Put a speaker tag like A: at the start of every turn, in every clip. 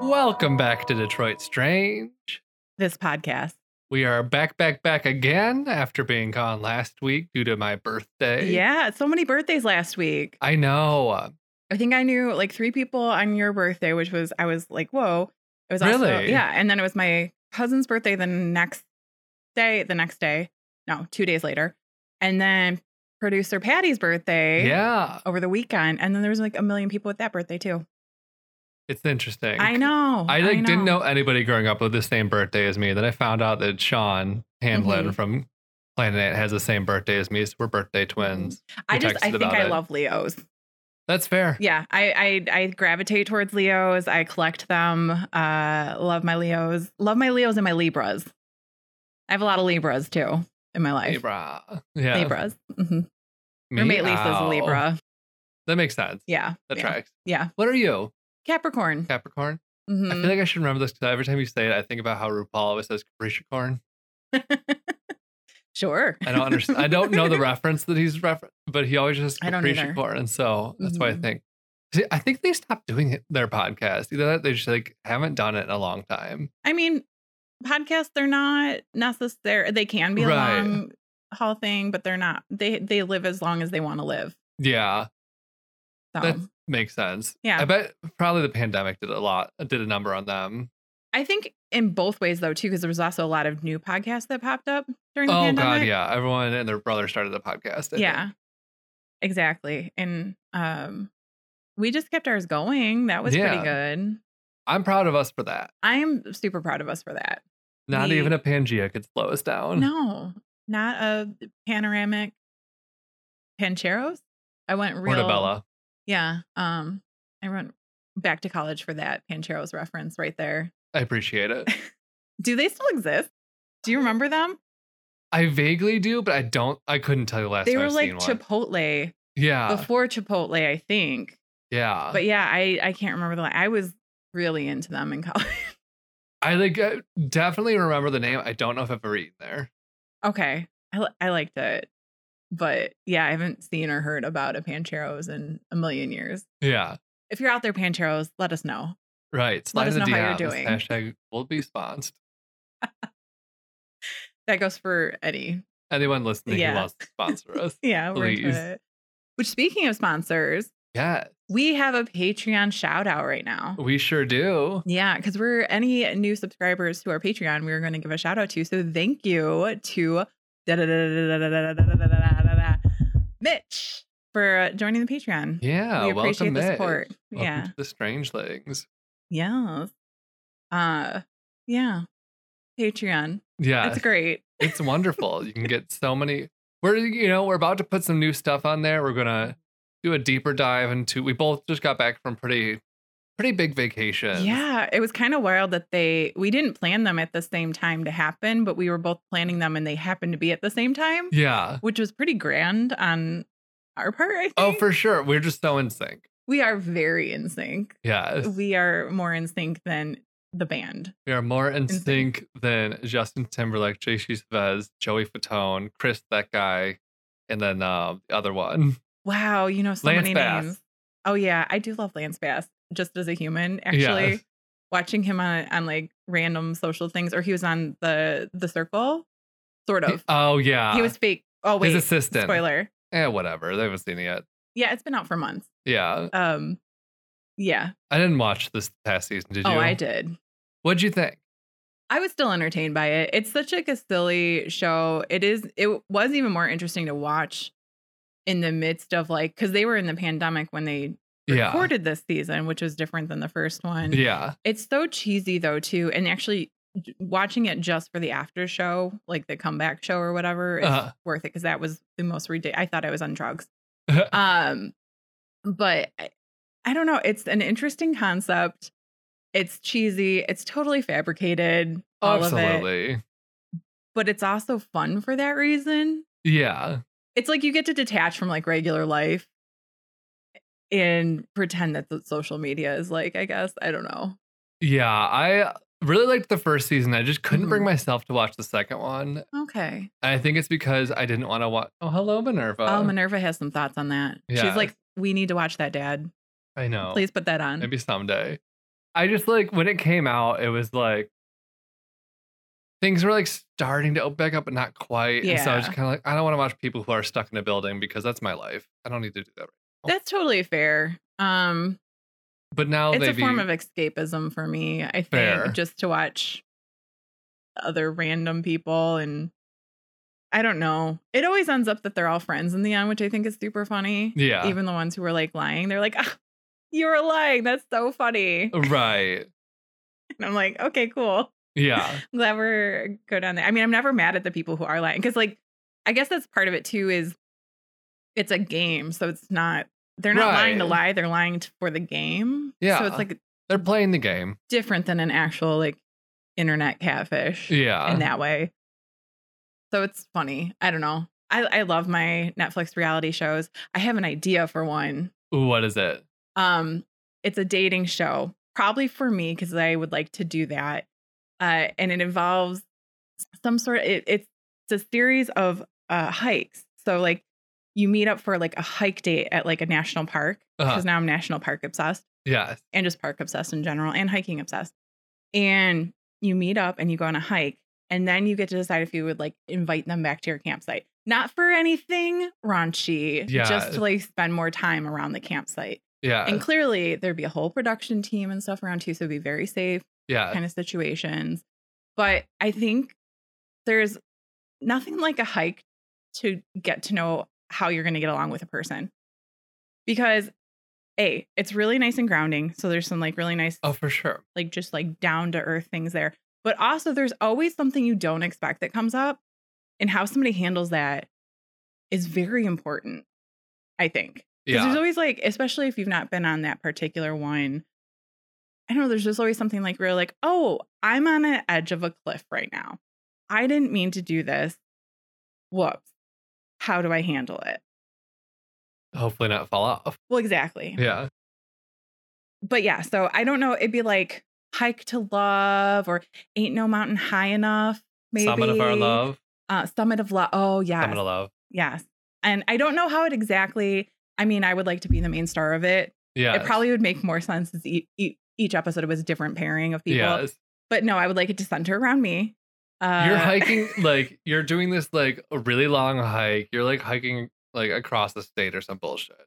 A: Welcome back to Detroit Strange.
B: This podcast.
A: We are back, back, back again after being gone last week due to my birthday.
B: Yeah, so many birthdays last week.
A: I know.
B: I think I knew like three people on your birthday, which was I was like, whoa. It was also
A: Really?
B: yeah, and then it was my cousin's birthday the next day, the next day. No, two days later. And then producer Patty's birthday
A: Yeah.
B: over the weekend. And then there was like a million people with that birthday too.
A: It's interesting.
B: I know.
A: I like didn't know anybody growing up with the same birthday as me. Then I found out that Sean Hamlin
B: Mhm.
A: from Planet Ant has the same birthday as me. So we're birthday
B: Mm-hmm.
A: twins.
B: I just
A: texted
B: I think
A: about
B: I
A: it.
B: love Leos.
A: That's fair.
B: Yeah, I, I I gravitate towards Leos. I collect them. Uh, love my Leos. Love my Leos and my Libras. I have a lot of Libras too in my life.
A: Libra. Yeah.
B: Libras. hmm Roommate Lisa's
A: Meow.
B: a Libra.
A: That makes sense.
B: Yeah.
A: That
B: yeah.
A: tracks.
B: Yeah.
A: What are you?
B: Capricorn.
A: Capricorn? I
B: Mhm.
A: feel like I should remember this because every time you say it, I think about how RuPaul always says Capricorn.
B: sure.
A: I don't understand. I don't know the reference that he's referenced, but he always just
B: I don't either.
A: Capricorn, and so that's why I
B: Mhm.
A: think. See, I think they stopped doing it, their podcast. Either that, they just like haven't done it in a long time.
B: I mean, podcasts they're not necessary. They can be a
A: Right.
B: long haul thing, but they're not. They they live as long as they want to live.
A: Yeah,
B: So
A: That's- makes sense.
B: Yeah.
A: I bet probably the pandemic did a lot, did a number on them.
B: I think in both ways though too, because there was also a lot of new podcasts that popped up during the
A: Oh
B: pandemic.
A: God, yeah. Everyone and their brother started the podcast. I think.
B: yeah exactly and um we just kept ours going that was
A: Yeah.
B: pretty good
A: I'm proud of us for that.
B: i'm super proud of us for that
A: Not
B: We-
A: even a Pangea could slow us down.
B: no not a panoramic pancheros i went real
A: Portobello.
B: yeah um i went back to college for that pancheros reference right there
A: I appreciate it.
B: do they still exist do you remember them
A: I vaguely do, but I don't. I couldn't tell you last
B: they
A: time
B: were
A: I've
B: like
A: seen one. Uh.
B: chipotle
A: Yeah,
B: before chipotle i think
A: yeah.
B: but yeah i i can't remember the la- i was really into them in college
A: I like uh, definitely remember the name. I don't know if I've ever eaten there.
B: Okay. I, li- I liked it. But yeah, I haven't seen or heard about a Pancheros in a million years.
A: Yeah,
B: If you're out there, Pancheros, let us know.
A: right. Slide
B: us
A: in the
B: know how you're
A: DMs.
B: doing.
A: Hashtag will be sponsored.
B: That goes for Eddie.
A: Anyone listening
B: Yeah.
A: who wants to sponsor us,
B: Yeah, we're into
A: Please.
B: it. Which, speaking of sponsors,
A: yeah,
B: we have a Patreon shout out right now.
A: we sure do.
B: Yeah, because we're any new subscribers to our Patreon, we're going to give a shout out to. So thank you to Mitch for joining the Patreon.
A: Yeah,
B: we appreciate
A: welcome
B: the
A: Mitch.
B: support.
A: Welcome
B: yeah.
A: to the strange things.
B: Yes. Uh yeah. Patreon.
A: Yeah,
B: That's great.
A: it's wonderful. You can get so many. We're you know we're about to put some new stuff on there. We're gonna do a deeper dive into. We both just got back from pretty pretty big vacations.
B: Yeah. It was kind of wild that they we didn't plan them at the same time to happen, but we were both planning them and they happened to be at the same time,
A: yeah.
B: which was pretty grand on our part, I think.
A: Oh, for sure. We're just so in sync.
B: we are very in sync.
A: Yeah,
B: We are more in sync than the band.
A: we are more in
B: sync.
A: sync than Justin Timberlake, JC Svez, Joey Fatone, Chris, that guy, and then uh, the other one.
B: Wow, you know so
A: Lance
B: many
A: Bass.
B: names. Oh yeah, I do love Lance Bass just as a human.
A: Yeah.
B: Actually, watching him on on like random social things, or he was on the the Circle, sort of.
A: Oh yeah,
B: he was fake. Oh wait,
A: his assistant.
B: spoiler.
A: Eh, whatever. They haven't seen it yet.
B: Yeah, it's been out for months.
A: Yeah,
B: Um, yeah.
A: I didn't watch this past season. Did you?
B: oh, I did.
A: What'd you think?
B: I was still entertained by it. It's such like a silly show. It is. It was even more interesting to watch in the midst of like because they were in the pandemic when they
A: Yeah,
B: recorded this season, which was different than the first one.
A: yeah,
B: It's so cheesy though too, and actually j- watching it just for the after show, like the comeback show or whatever, it's
A: Uh-huh.
B: worth it because that was the most ridiculous. I thought I was on drugs. Um, but I, I don't know. It's an interesting concept. It's cheesy. It's totally fabricated. All of it,
A: absolutely.
B: but it's also fun for that reason.
A: Yeah,
B: It's like you get to detach from like regular life and pretend that the social media is like. I guess I don't know.
A: yeah. I really liked the first season. I just couldn't
B: Mhm.
A: bring myself to watch the second one.
B: Okay.
A: I think it's because I didn't want to watch. Oh, hello, Minerva.
B: oh, Minerva has some thoughts on that.
A: Yeah. Oh.
B: She's like, we need to watch that, Dad.
A: I know.
B: Please put that on.
A: Maybe someday. Mm. I just like when it came out, it was like things were like starting to open back up, but not quite. And so I was
B: Yeah.
A: kind of like, I don't want to watch people who are stuck in a building because that's my life. I don't need to do that.
B: That's totally fair. Um,
A: But now
B: it's
A: they
B: a form
A: be-
B: of escapism for me. I think
A: Fair.
B: just to watch other random people and I don't know. It always ends up that they're all friends in the end, which I think is super funny.
A: Yeah.
B: Even the ones who were like lying, they're like, ah, "You were lying. That's so funny."
A: Oh. right.
B: And I'm like, "Okay, cool.
A: Yeah.
B: Glad we're good on that." I mean, I'm never mad at the people who are lying because, like, I guess that's part of it too. Is it's a game, so it's not. They're not lying to
A: Right.
B: lie. They're lying t- for the game. So
A: Yeah.
B: it's like
A: They're playing the game.
B: different than an actual like internet catfish
A: Yeah.
B: in that way. So it's funny. I don't know. I, I love my Netflix reality shows. I have an idea for one.
A: Ooh, what is it?
B: Um, it's a dating show, probably for me because I would like to do that. Uh, and it involves some sort of it, it's it's a series of uh, hikes. So like you meet up for like a hike date at like a national park
A: Uh-huh.
B: because now I'm national park obsessed
A: Yes.
B: and just park obsessed in general and hiking obsessed. And you meet up and you go on a hike and then you get to decide if you would like invite them back to your campsite. Not for anything raunchy, just
A: Yes.
B: to like spend more time around the campsite.
A: Yeah.
B: and clearly there'd be a whole production team and stuff around too, so it'd be very safe
A: yeah.
B: kind of situations. But I think there's nothing like a hike to get to know how you're going to get along with a person. Because A, it's really nice and grounding. So there's some like really nice,
A: oh, for sure.
B: like just like down to earth things there. But also, there's always something you don't expect that comes up. And how somebody handles that is very important, I think. Because
A: Yeah.
B: there's always like, especially if you've not been on that particular one, I don't know, there's just always something like where you're like, oh, I'm on an edge of a cliff right now. I didn't mean to do this. Whoops. How do I handle it?
A: Hopefully not fall off.
B: Well, exactly.
A: Yeah.
B: But yeah, so I don't know. It'd be like hike to love or ain't no mountain high enough. Maybe
A: Summit of our love.
B: Uh, summit of love. Oh yeah.
A: Summit of love.
B: Yes. And I don't know how it exactly. I mean, I would like to be the main star of it.
A: Yeah.
B: It probably would make more sense as e- e- each episode was a different pairing of people.
A: Yes.
B: But no, I would like it to center around me. Uh,
A: you're hiking like you're doing this like a really long hike. You're like hiking like across the state or some bullshit.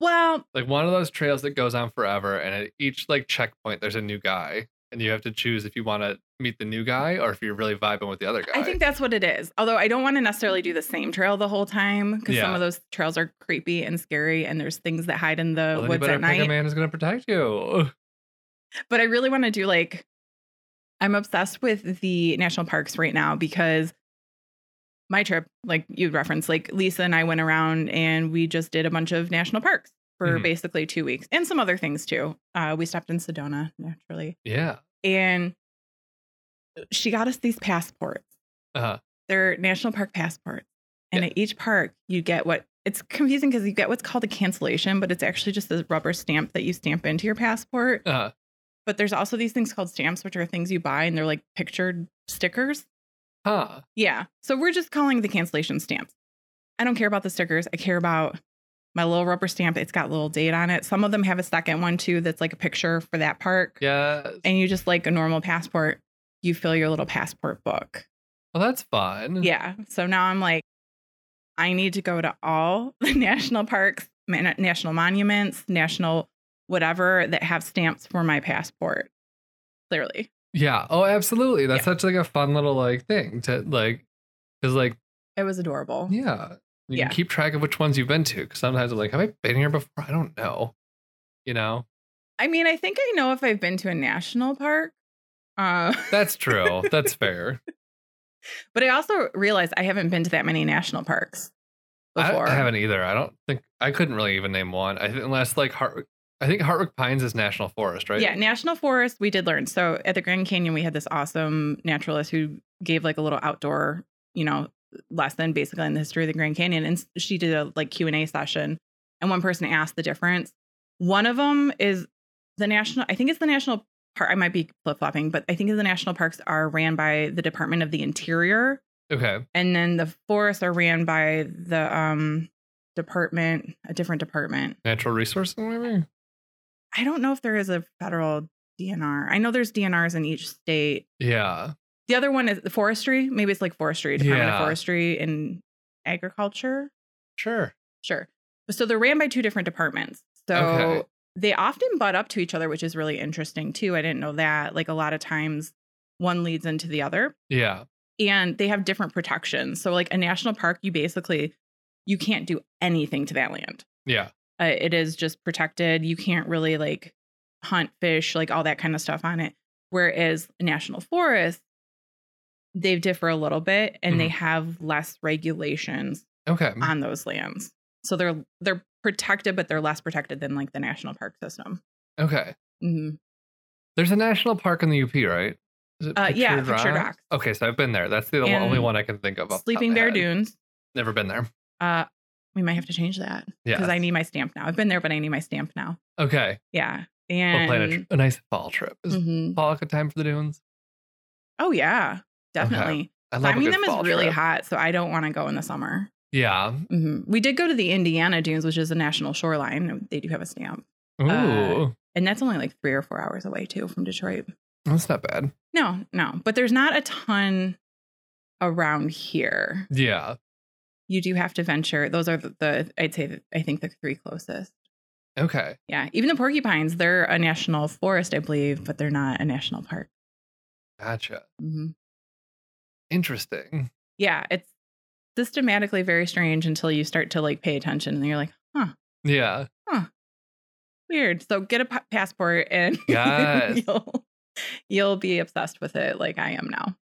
B: Well,
A: Like one of those trails that goes on forever, and at each like checkpoint, there's a new guy, and you have to choose if you want to meet the new guy or if you're really vibing with the other guy.
B: I think that's what it is. Although I don't want to necessarily do the same trail the whole time because some
A: Yeah.
B: of those trails are creepy and scary, and there's things that hide in the
A: Well, then you
B: woods
A: better
B: at
A: pick a
B: night.
A: man who's gonna protect you.
B: But I really want to do like, I'm obsessed with the national parks right now because my trip, like you'd reference, like Lisa and I went around and we just did a bunch of national parks for
A: Mhm.
B: basically two weeks and some other things too. Uh, we stopped in Sedona naturally.
A: Yeah.
B: and she got us these passports.
A: Uh-huh.
B: They're national park passports. And
A: Yeah.
B: at each park, you get what it's confusing because you get what's called a cancellation, but it's actually just a rubber stamp that you stamp into your passport.
A: Uh,
B: But there's also these things called stamps, which are things you buy and they're like pictured stickers.
A: huh.
B: Yeah. So we're just calling the cancellation stamps. I don't care about the stickers. I care about my little rubber stamp. It's got little date on it. Some of them have a second one too that's like a picture for that park
A: Yeah.
B: and you just like a normal passport, you fill your little passport book.
A: Well, that's fun.
B: Yeah. So now I'm like, I need to go to all the national parks, man- national monuments, national whatever that have stamps for my passport. Clearly.
A: Yeah. Oh, absolutely. That's such like a fun little like thing to like, because like
B: It was adorable.
A: yeah, you
B: Yeah.
A: can keep track of which ones you've been to. Because sometimes I'm like, have I been here before? I don't know. You know,
B: I mean, I think I know if I've been to a national park. Uh,
A: that's true. that's fair.
B: but I also realized I haven't been to that many national parks before.
A: I, I haven't either. I don't think I couldn't really even name one. I think unless like Hart. I think Hartwick Pines is national forest, right?
B: Yeah, National Forest, we did learn. So at the Grand Canyon, we had this awesome naturalist who gave like a little outdoor, you know, lesson basically on the history of the Grand Canyon. And s- she did a like Q&A session. And one person asked the difference. One of them is the national, I think it's the national park. I might be flip-flopping, but I think the national parks are ran by the Department of the Interior.
A: Okay.
B: And then the forests are ran by the um, department, a different department.
A: Natural resources, maybe.
B: I don't know if there is a federal DNR. I know there's DNRs in each state.
A: Yeah.
B: The other one is the forestry. Maybe it's like forestry, Department
A: Yeah.
B: of Forestry and Agriculture.
A: Sure.
B: Sure. So they're ran by two different departments. So
A: Okay.
B: they often butt up to each other, which is really interesting too. I didn't know that. Like a lot of times one leads into the other
A: Yeah.
B: and they have different protections. So like a national park, you basically you can't do anything to that land.
A: Yeah.
B: Uh, it is just protected. You can't really like hunt, fish, like all that kind of stuff on it. Whereas national forests, they differ a little bit and they have less regulations
A: Okay.
B: on those lands. So they're they're protected, but they're less protected than like the national park system.
A: Okay.
B: Mhm.
A: There's a national park in the UP, right? Is it
B: Uh, yeah,
A: Pictured
B: Pictured
A: Rocks?
B: Rocks.
A: Okay, so I've been there. That's the
B: And
A: only one I can think of. off the top of
B: Sleeping
A: my
B: Bear
A: head.
B: Dunes.
A: Never been there.
B: Uh, we might have to change that
A: Yeah.
B: because I need my stamp now. I've been there, but I need my stamp now.
A: Okay.
B: Yeah,
A: We'll
B: and
A: plan a, tr- a nice fall trip. Is
B: Mhm.
A: fall a good time for the dunes?
B: oh yeah, definitely.
A: I love a
B: Climbing
A: good
B: them is
A: fall
B: really
A: trip.
B: hot, so I don't want to go in the summer.
A: Yeah.
B: Mhm. We did go to the Indiana Dunes, which is a national shoreline. They do have a stamp,
A: Ooh.
B: and that's only like three or four hours away too from Detroit.
A: that's not bad.
B: No, no, but there's not a ton around here.
A: Yeah.
B: You do have to venture. Those are the, the I'd say, that I think the three closest.
A: Okay.
B: Yeah. Even the porcupines, they're a national forest, I believe, but they're not a national park.
A: Gotcha.
B: hmm
A: Interesting.
B: Yeah. It's systematically very strange until you start to like pay attention and you're like,
A: Yeah.
B: weird. So get a pa- passport and
A: Yes.
B: you'll, you'll be obsessed with it like I am now.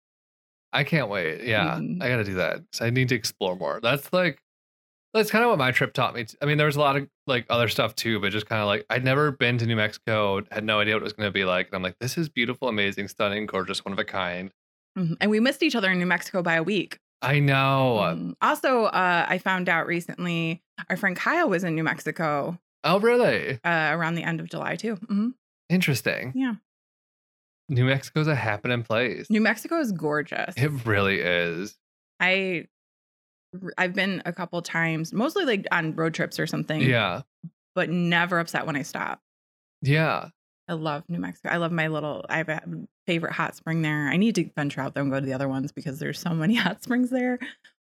A: I can't wait. Yeah.
B: Mhm.
A: I got to do that. 'cause I need to explore more. That's like, that's kind of what my trip taught me. t- I mean, there was a lot of like other stuff too, but just kind of like, I'd never been to New Mexico, had no idea what it was going to be like. And I'm like, this is beautiful, amazing, stunning, gorgeous, one of a kind.
B: Mhm. And we missed each other in New Mexico by a week.
A: I know.
B: Mm. Also, uh, I found out recently our friend Kyle was in New Mexico
A: Oh, really?
B: uh, around the end of July too. hmm
A: Interesting.
B: Yeah.
A: New Mexico's a happening place.
B: New Mexico is gorgeous.
A: It really is.
B: I I've been a couple times, mostly like on road trips or something.
A: Yeah.
B: but never upset when I stop.
A: Yeah.
B: I love New Mexico. I love my little. I have a favorite hot spring there. I need to venture out though and go to the other ones because there's so many hot springs there.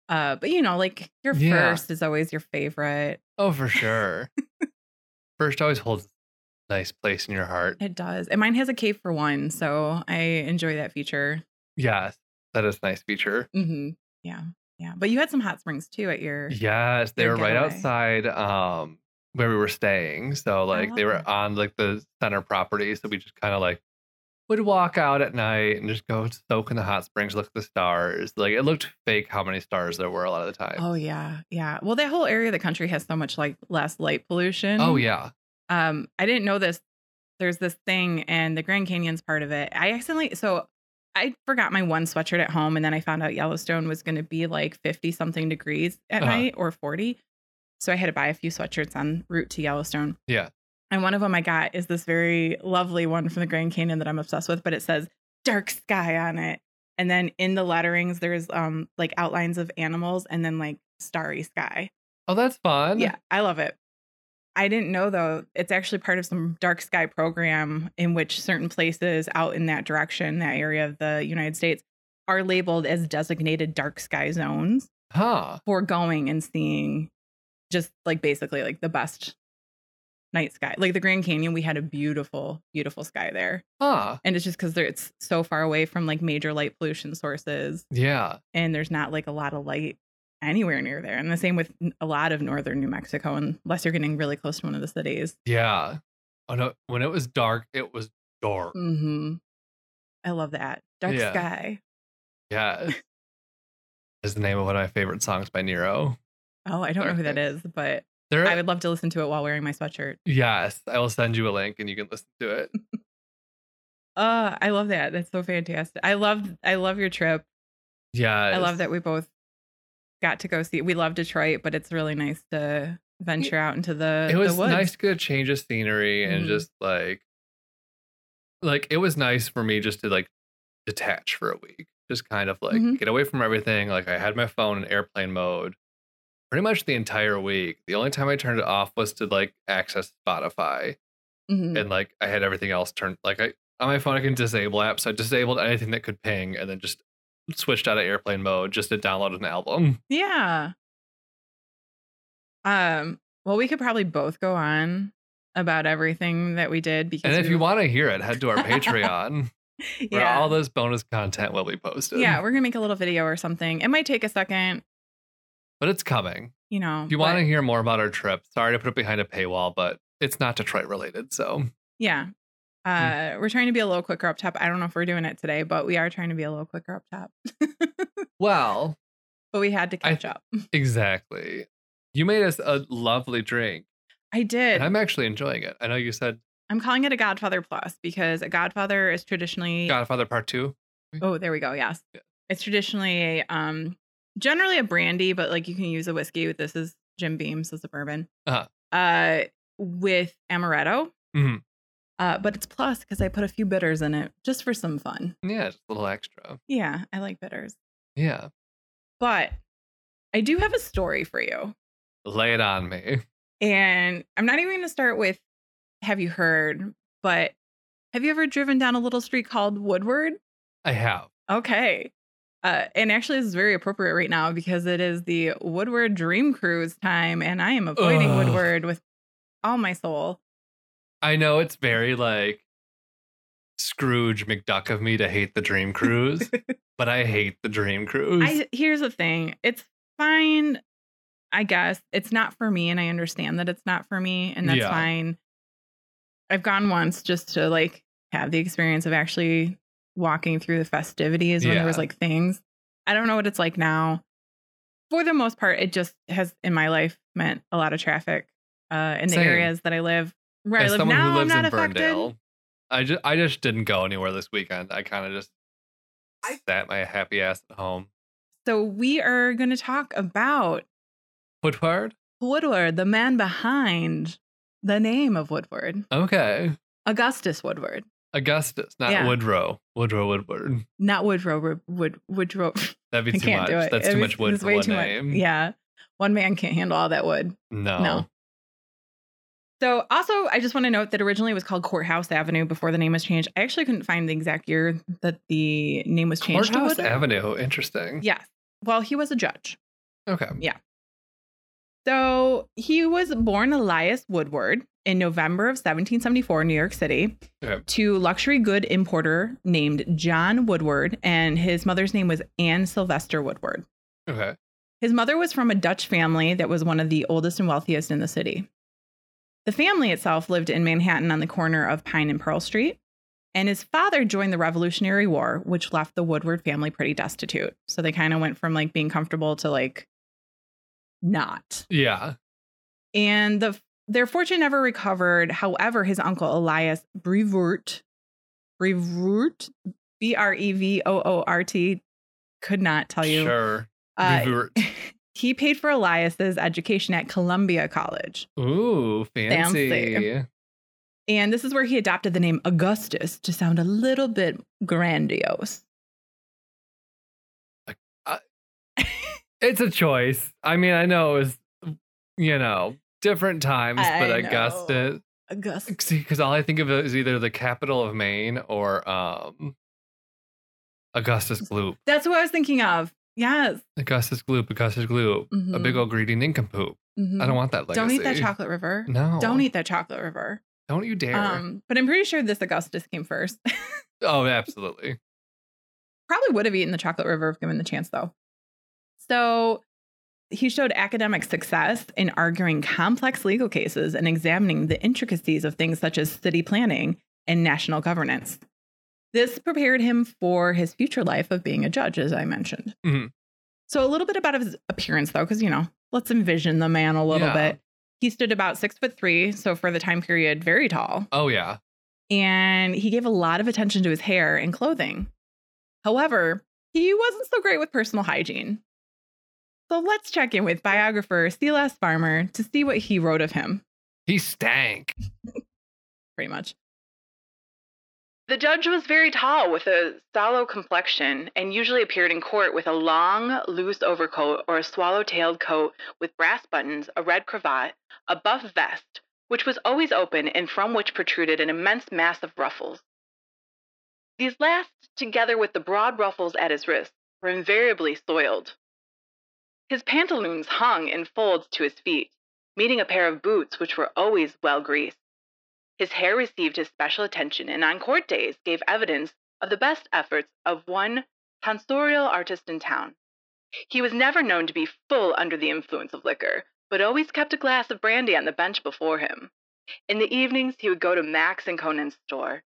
B: Uh, but you know, like your
A: Yeah.
B: first is always your favorite.
A: Oh, for sure. First always holds a nice place in your heart.
B: It does, and mine has a cave for one, so I enjoy that feature.
A: Yes. That is a nice feature.
B: Mm-hmm. Yeah. Yeah. But you had some hot springs too at your.
A: Yes. They
B: Good
A: were right
B: getaway.
A: outside um where we were staying. So like they
B: love
A: were
B: that.
A: on like the center property. So we just kind of like would walk out at night and just go soak in the hot springs, look at the stars. Like it looked fake how many stars there were a lot of the time.
B: Oh, yeah. Yeah. Well, that whole area of the country has so much like less light pollution.
A: oh yeah.
B: Um, I didn't know this. There's this thing, and the Grand Canyon's part of it. I accidentally, so I forgot my one sweatshirt at home, and then I found out Yellowstone was going to be like 50 something degrees at
A: Uh-huh.
B: night or 40. So I had to buy a few sweatshirts on route to Yellowstone.
A: Yeah.
B: And one of them I got is this very lovely one from the Grand Canyon that I'm obsessed with, but it says dark sky on it. And then in the letterings, there's um like outlines of animals and then like starry sky.
A: Oh, that's fun.
B: Yeah, I love it. I didn't know though, it's actually part of some dark sky program in which certain places out in that direction, that area of the United States, are labeled as designated dark sky zones
A: Huh.
B: for going and seeing just like basically like the best night sky. Like the Grand Canyon, we had a beautiful, beautiful sky there.
A: Huh.
B: And it's just because it's so far away from like major light pollution sources
A: Yeah.
B: and there's not like a lot of light anywhere near there. And the same with n- a lot of northern New Mexico, unless you're getting really close to one of the cities.
A: Yeah. Oh no. When it was dark, it was dark.
B: Mm-hmm. I love that dark
A: Yeah.
B: sky.
A: Yeah. is the name of one of my favorite songs by Nero.
B: Oh, I don't know who that is, but
A: There
B: I would love to listen to it while wearing my sweatshirt.
A: Yes, I will send you a link and you can listen to it.
B: Uh, I love that. That's so fantastic. I love I love your trip.
A: Yeah.
B: I love that we both got to go see. We love Detroit, but it's really nice to venture out into the
A: It Uh, was Mm-hmm.
B: the woods.
A: nice to get a change of scenery and
B: Mhm.
A: just like like it was nice for me just to like detach for a week. Just kind of like
B: Mhm.
A: get away from everything. Like I had my phone in airplane mode pretty much the entire week. The only time I turned it off was to like access Spotify.
B: Mhm.
A: Mm. and like I had everything else turned like I on my phone I can disable apps. So I disabled anything that could ping, and then just switched out of airplane mode just to download an album.
B: Yeah. Um. Well, we could probably both go on about everything that we did because.
A: And if
B: we
A: you
B: were-
A: want to hear it, head to our Patreon where
B: yeah,
A: all this bonus content will be posted.
B: yeah, we're gonna make a little video or something. It might take a second,
A: but it's coming.
B: you know.
A: If you
B: but-
A: want to hear more about our trip, sorry to put it behind a paywall, but it's not Detroit related. So
B: Yeah.
A: Hmm.
B: Uh, We're trying to be a little quicker up top. I don't know if we're doing it today, but we are trying to be a little quicker up top.
A: well,
B: but we had to
A: I
B: catch
A: th-
B: up.
A: exactly. You made us a lovely drink.
B: I did.
A: And I'm
B: I'm,
A: actually enjoying it. I know you said
B: calling it a Godfather Plus because a Godfather is traditionally.
A: Godfather Part Two.
B: Oh, there we go. Yes.
A: Yeah.
B: It's traditionally a, um, generally a brandy, but like you can use a whiskey. This is Jim Beam's, this is a bourbon.
A: Uh-huh.
B: Uh, with amaretto.
A: Mhm.
B: Uh, but it's plus because I put a few bitters in it just for some fun.
A: Yeah, just a little extra.
B: Yeah, I like bitters.
A: Yeah.
B: But I do have a story for you.
A: Lay it on me.
B: And I'm not even going to start with have you heard, but have you ever driven down a little street called Woodward?
A: I have.
B: Okay. Uh, and actually, this is very appropriate right now because it is the Woodward Dream Cruise time, and I am avoiding
A: Ugh.
B: Woodward with all my soul.
A: I know it's very like Scrooge McDuck of me to hate the Dream Cruise, but I hate the Dream Cruise.
B: I here's the thing. It's fine, I guess. It's not for me, and I understand that it's not for me, and that's
A: Yeah.
B: fine. I've gone once just to like have the experience of actually walking through the festivities when there was
A: Yeah.
B: like things. I don't know what it's like now. For the most part, it just has in my life meant a lot of traffic uh, in the
A: Same.
B: areas that I live. Where
A: As
B: I live
A: someone
B: now,
A: who
B: I'm
A: lives
B: not
A: in
B: affected.
A: Burndale, I just I just didn't go anywhere this weekend. I kind of just
B: I-
A: sat my happy ass at home.
B: So we are going to talk about
A: Woodward?
B: Woodward, the man behind the name of Woodward,
A: Okay.
B: Augustus Woodward,
A: Augustus, not
B: Yeah.
A: Woodrow. Woodrow Woodward.
B: not Woodrow Ro- Wood Woodrow.
A: That'd be
B: I
A: too
B: can't
A: much.
B: do it.
A: That's
B: It
A: too
B: was-
A: much wood
B: it's
A: for
B: way
A: one
B: too much.
A: name.
B: Yeah, one man can't handle all that wood.
A: No.
B: No. So, also, I just want to note that originally it was called Courthouse Avenue before the name was changed. I actually couldn't find the exact year that the name was changed. to
A: Courthouse
B: Woodward.
A: Avenue. Interesting.
B: Yes. Well, he was a judge.
A: Okay.
B: So he was born Elias Woodward in November of 1774 in New York City
A: Okay.
B: to luxury good importer named John Woodward, and his mother's name was Anne Sylvester Woodward.
A: Okay.
B: His mother was from a Dutch family that was one of the oldest and wealthiest in the city. The family itself lived in Manhattan on the corner of Pine and Pearl Street, and his father joined the Revolutionary War, which left the Woodward family pretty destitute. So they kind of went from like being comfortable to like not
A: Yeah.
B: and the their fortune never recovered. However, his uncle Elias Brevoort, Brevoort, B R E V O O R T, could not tell you.
A: Sure.
B: Uh,
A: Revert.
B: he paid for Elias's education at Columbia College,
A: Ooh, fancy.
B: Fancy. and this is where he adopted the name Augustus to sound a little bit grandiose.
A: It's a choice. I mean, I know it was, you know, different times,
B: I
A: but
B: know.
A: Augustus.
B: Augustus.
A: Because all I think of is either the capital of Maine or um, Augustus Gloop.
B: That's what I was thinking of. Yes.
A: Augustus Gloop, Augustus Gloop. A big old greedy nincompoop. I don't want that legacy.
B: Mm-hmm. Don't eat that chocolate river.
A: No.
B: Mm-hmm. Don't eat that chocolate river.
A: Don't you dare.
B: Um, but I'm pretty sure this Augustus came first.
A: oh, absolutely.
B: Probably would have eaten the chocolate river if given the chance, though. So he showed academic success in arguing complex legal cases and examining the intricacies of things such as city planning and national governance. This prepared him for his future life of being a judge, as I mentioned.
A: Mhm.
B: So, a little bit about his appearance, though, because, you know, let's envision the man a little
A: Yeah.
B: bit. He stood about six foot three, so for the time period, very tall
A: Oh, yeah.
B: and he gave a lot of attention to his hair and clothing. However, he wasn't so great with personal hygiene. So let's check in with biographer Seal S. Farmer to see what he wrote of him,
A: He stank.
B: pretty much. The judge was very tall with a sallow complexion and usually appeared in court with a long, loose overcoat or a swallow-tailed coat with brass buttons, a red cravat, a buff vest, which was always open and from which protruded an immense mass of ruffles.
C: These last, together with the broad ruffles at his wrists, were invariably soiled. His pantaloons hung in folds to his feet, meeting a pair of boots which were always well greased. His hair received his special attention and on court days gave evidence of the best efforts of one tonsorial artist in town. He was never known to be full under the influence of liquor, but always kept a glass of brandy on the bench before him. In the evenings, he would go to Max and Conan's store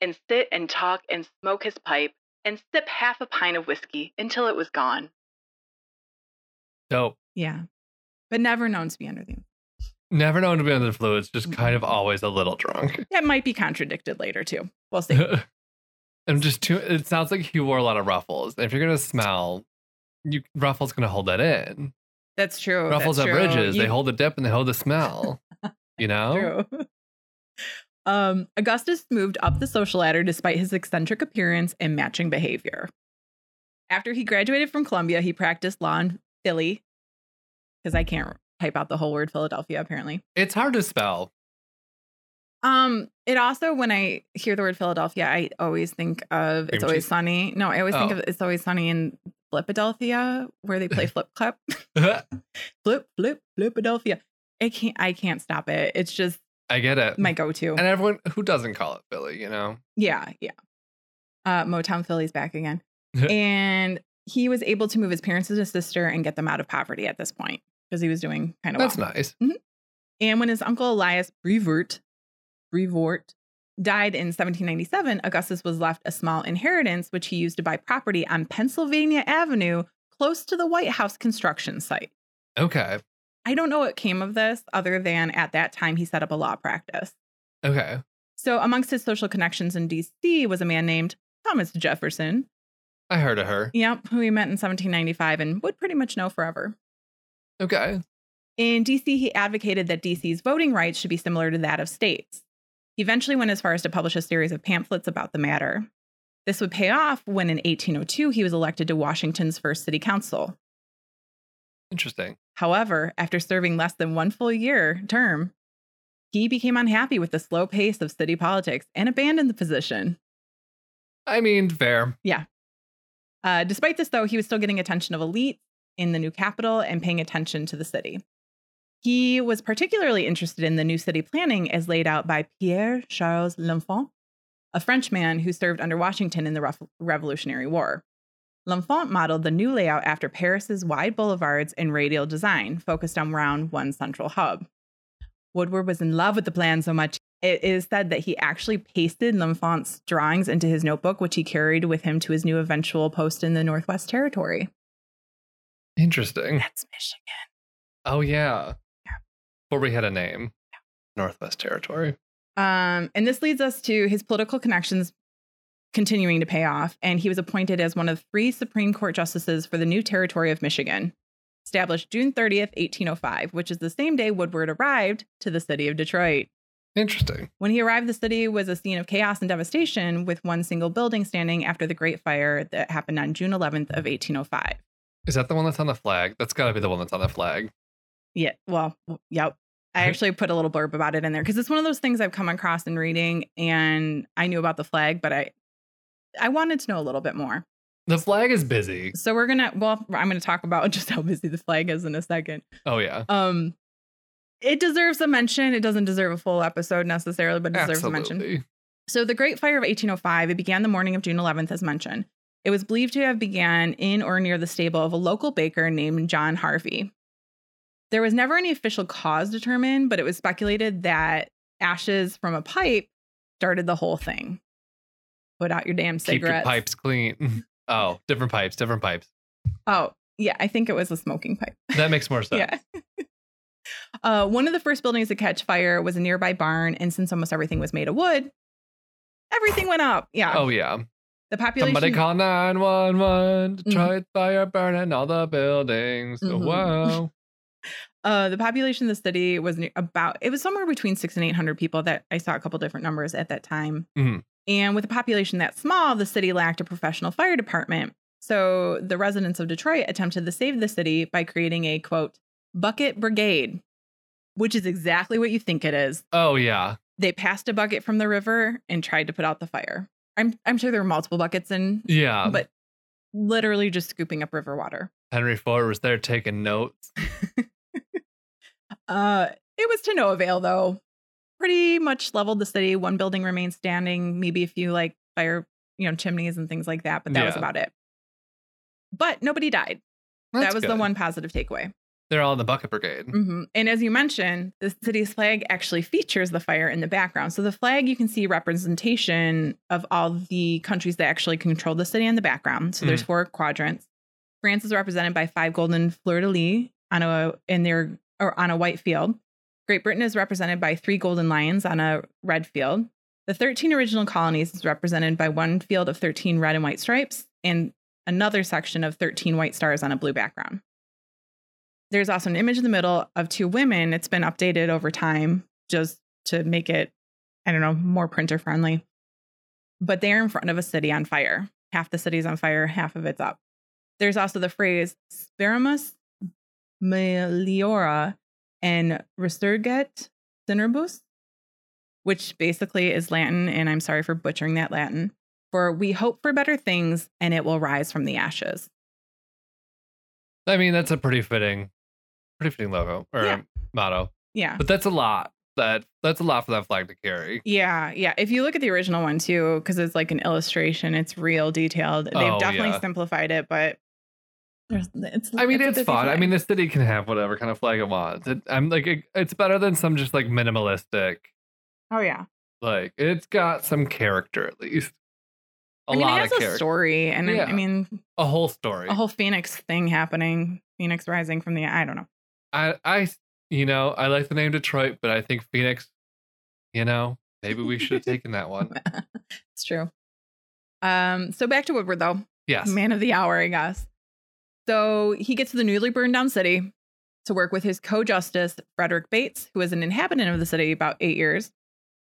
C: and sit and talk and smoke his pipe and sip half a pint of whiskey until it was gone.
A: Dope.
B: Yeah. But never known to be under the.
A: Never known to be under the fluids,
B: Mm-hmm.
A: just kind of always a little drunk.
B: That might be contradicted later too. We'll see.
A: I'm just too. It sounds like he wore a lot of ruffles. If you're gonna smell, you ruffles gonna hold that in.
B: That's true.
A: ruffles
B: Oh, That's
A: are
B: true.
A: bridges.
B: You-
A: They hold the dip and they hold the smell. you know.
B: True. Um, Augustus moved up the social ladder despite his eccentric appearance and matching behavior. After he graduated from Columbia, he practiced law in Philly, because I can't type out the whole word Philadelphia, apparently.
A: It's hard to spell.
B: Um, it also, when I hear the word Philadelphia, I always think of
A: Cream
B: It's Always
A: cheese?
B: Sunny. No, I always think
A: Oh.
B: of It's Always Sunny in Flipadelphia, where they play flip cup.
A: I
B: flip, flip, Flipadelphia. I can't I can't stop it. It's just
A: get it.
B: my go-to.
A: and everyone who doesn't call it Philly, you know.
B: Yeah, yeah. Uh, Motown Philly's back again. and he was able to move his parents and his sister and get them out of poverty at this point because he was doing kind of
A: That's
B: well.
A: nice.
B: And when his uncle Elias Brevoort, Brevoort died in 1797, Augustus was left a small inheritance, which he used to buy property on Pennsylvania Avenue close to the White House construction site.
A: Okay.
B: I don't know what came of this other than at that time he set up a law practice.
A: Okay.
B: So, amongst his social connections in DC was a man named Thomas Jefferson,
A: I heard of her.
B: Yep, who he met in 1795 and would pretty much know forever.
A: Okay.
B: In DC, he advocated that DC's voting rights should be similar to that of states. He eventually went as far as to publish a series of pamphlets about the matter. This would pay off when in 1802 he was elected to Washington's first city council.
A: Interesting.
B: However, after serving less than one full year term, he became unhappy with the slow pace of city politics and abandoned the position.
A: I mean, fair.
B: Uh, despite this, though, he was still getting attention of elites in the new capital and paying attention to the city. He was particularly interested in the new city planning as laid out by Pierre Charles L'Enfant, a Frenchman who served under Washington in the Ref- Revolutionary War. L'Enfant modeled the new layout after Paris's wide boulevards and radial design, focused on round one central hub. Woodward was in love with the plan so much it is said that he actually pasted L'Enfant's drawings into his notebook, which he carried with him to his new eventual post in the Northwest Territory.
A: Interesting.
B: That's Michigan.
A: Oh yeah. Before we had a name. Northwest Territory.
B: Um, and this leads us to his political connections continuing to pay off. And he was appointed as one of three Supreme Court justices for the new territory of Michigan, established June 30th, 1805, which is the same day Woodward arrived to the city of Detroit.
A: Interesting.
B: When he arrived, the city was a scene of chaos and devastation, with one single building standing after the Great Fire that happened on June 11th of 1805.
A: Is that the one that's on the flag? That's got to be the one that's on the flag.
B: Yeah. Well, w- yep. I
A: Right.
B: actually put a little blurb about it in there because it's one of those things I've come across in reading, and I knew about the flag, but I I wanted to know a little bit more.
A: The flag is busy.
B: So we're gonna well, I'm gonna talk about just how busy the flag is in a second.
A: Oh yeah.
B: Um, it deserves a mention. It doesn't deserve a full episode necessarily, but it deserves a mention.
A: Absolutely.
B: So the Great Fire of 1805, it began the morning of June 11th, as mentioned. It was believed to have began in or near the stable of a local baker named John Harvey. There was never any official cause determined, but it was speculated that ashes from a pipe started the whole thing. Put out your damn
A: Keep your
B: cigarettes.
A: pipes clean. Oh, different pipes, different pipes.
B: Oh, yeah, I think it was a smoking pipe.
A: That makes more sense.
B: Yeah. uh, one of the first buildings to catch fire was a nearby barn, and since almost everything was made of wood, everything went up. Yeah.
A: Oh yeah.
B: the population.
A: Somebody call 911.
B: Mhm.
A: Detroit fire burning all the buildings. Oh,
B: Mhm.
A: Wow.
B: Uh, the population of the city was ne- about it was somewhere between six and eight hundred people that I saw a couple different numbers at that time.
A: Mhm.
B: And with a population that small, the city lacked a professional fire department. So the residents of Detroit attempted to save the city by creating a quote bucket brigade, which is exactly what you think it is.
A: Oh yeah.
B: They passed a bucket from the river and tried to put out the fire. I'm I'm sure there were multiple buckets in,
A: Yeah.
B: but literally just scooping up river water.
A: Henry Ford was there taking notes.
B: Uh, it was to no avail, though. Pretty much leveled the city. One building remained standing, maybe a few like fire, you know, chimneys and things like that, but that was
A: Yeah.
B: about it. But nobody died. that
A: That's
B: was the
A: good.
B: one positive takeaway.
A: They're all in the bucket brigade.
B: Mhm. And as you mentioned, the city's flag actually features the fire in the background. So the flag you can see representation of all the countries that actually control the city in the background. So there's four quadrants. France is represented by five golden fleur de lis on a in their or on a white field. Great Britain is represented by three golden lions on a red field. The 13 original colonies is represented by one field of 13 red and white stripes and another section of 13 white stars on a blue background. There's also an image in the middle of two women. It's been updated over time just to make it, I don't know, more printer friendly. But they're in front of a city on fire. Half the city's on fire, half of it's up. There's also the phrase speramus meliora and resurget cinerbus, which basically is Latin, and I'm sorry for butchering that Latin, for we hope for better things and it will rise from the ashes.
A: I mean, that's a pretty fitting, pretty fitting logo or
B: Yeah.
A: motto.
B: Yeah.
A: But that's a lot. That that's a lot for that flag to carry.
B: Yeah, yeah. If you look at the original one too, because it's like an illustration, it's real detailed. They've
A: Oh,
B: definitely
A: yeah.
B: simplified it, but there's, it's.
A: I mean,
B: a
A: it's,
B: busy
A: fun. I
B: flag.
A: mean, the city can have whatever kind of flag it wants. It, I'm like, it, it's better than some just like minimalistic.
B: oh yeah.
A: Like, it's got some character at least. A
B: I mean,
A: lot
B: it has
A: of
B: a
A: character.
B: story, and I- I
A: Yeah.
B: mean,
A: A whole story.
B: a whole phoenix thing happening, phoenix rising from the. I don't know.
A: I, I, you know, I like the name Detroit, but I think Phoenix. You know, maybe we should have taken that one.
B: It's true. Um. So back to Woodward though.
A: Yes.
B: Man of the hour, I guess. So he gets to the newly burned down city to work with his co justice, Frederick Bates, who was an inhabitant of the city about eight years.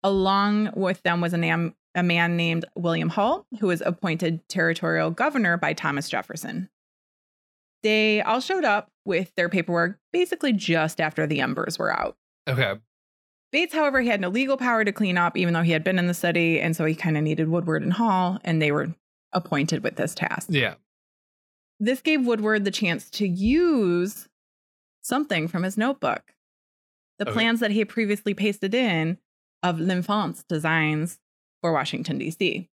B: Along with them was a, nam- a man named William Hull, who was appointed territorial governor by Thomas Jefferson. They all showed up with their paperwork basically just after the embers were out.
A: Okay.
B: Bates, however, he had no legal power to clean up, even though he had been in the city. And so he kind of needed Woodward and Hall, and they were appointed with this task
A: Yeah.
B: this gave Woodward the chance to use something from his notebook. The
A: Okay.
B: plans that he had previously pasted in of L'Enfant's designs for Washington, D.C.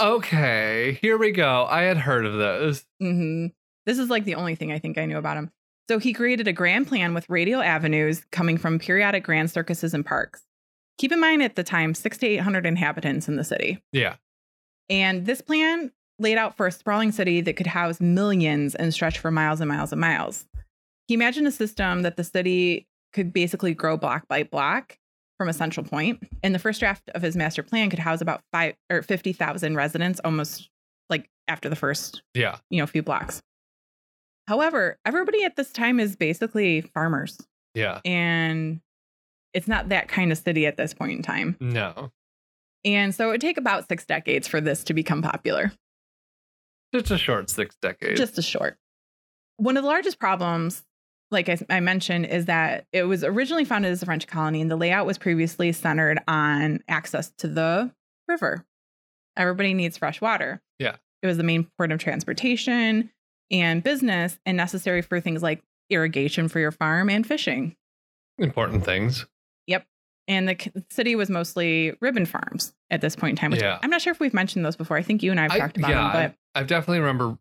A: Okay. Here we go. I had heard of those.
B: hmm This is like the only thing I think I knew about him. So he created a grand plan with radial avenues coming from periodic grand circuses and parks. Keep in mind at the time, six to 800 inhabitants in the city.
A: Yeah.
B: And this plan laid out for a sprawling city that could house millions and stretch for miles and miles and miles. He imagined a system that the city could basically grow block by block from a central point. And the first draft of his master plan could house about five or 50,000 residents almost like after the first,
A: Yeah.
B: you know, few blocks. However, everybody at this time is basically farmers
A: Yeah.
B: and it's not that kind of city at this point in time.
A: No.
B: And so it would take about six decades for this to become popular.
A: Just a short six decades.
B: just a short. One of the largest problems, like I, I mentioned, is that it was originally founded as a French colony and the layout was previously centered on access to the river. Everybody needs fresh water.
A: Yeah.
B: It was the main port of transportation and business and necessary for things like irrigation for your farm and fishing.
A: Important things.
B: And the c- city was mostly ribbon farms at this point in time. Which
A: Yeah.
B: I'm not sure if we've mentioned those before. I think you and I have
A: I-
B: talked about
A: yeah,
B: them,
A: I definitely remember.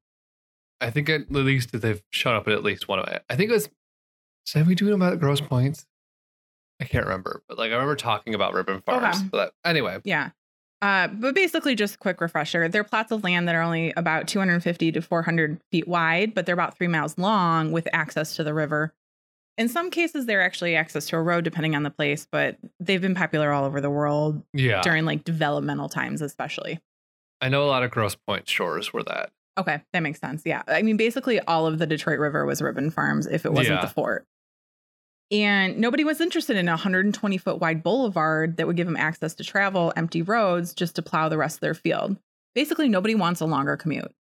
A: I think at least that they've showed up at at least one of it. I think it was. Did we do them about gross points? I can't remember, but like I remember talking about ribbon farms.
B: Okay.
A: But anyway,
B: but yeah. Uh, but basically, just a quick refresher. They're plots of land that are only about 250 to 400 feet wide, but they're about three miles long with access to the river. In some cases, they're actually access to a road, depending on the place, but they've been popular all over the world
A: yeah,
B: during like developmental times, especially.
A: I know a lot of gross point shores were that.
B: Okay, that makes sense. Yeah. I mean, basically, all of the Detroit River was ribbon farms if it wasn't
A: Yeah.
B: the fort. And nobody was interested in a 120 foot wide boulevard that would give them access to travel, empty roads, just to plow the rest of their field. Basically, nobody wants a longer commute.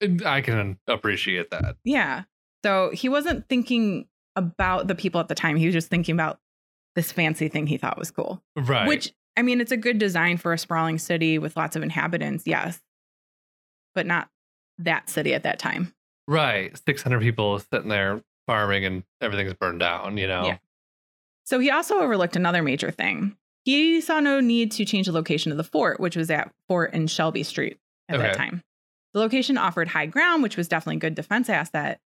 A: And I can appreciate that.
B: Yeah. So he wasn't thinking about the people at the time. He was just thinking about this fancy thing he thought was cool,
A: Right.
B: which I mean, it's a good design for a sprawling city with lots of inhabitants, yes, but not that city at that time.
A: Right. 600 people sitting there farming and everything's burned down, you know?
B: Yeah. So he also overlooked another major thing. He saw no need to change the location of the fort, which was at Fort and Shelby Street at that
A: Okay.
B: time. The location offered high ground, which was definitely a good defense asset,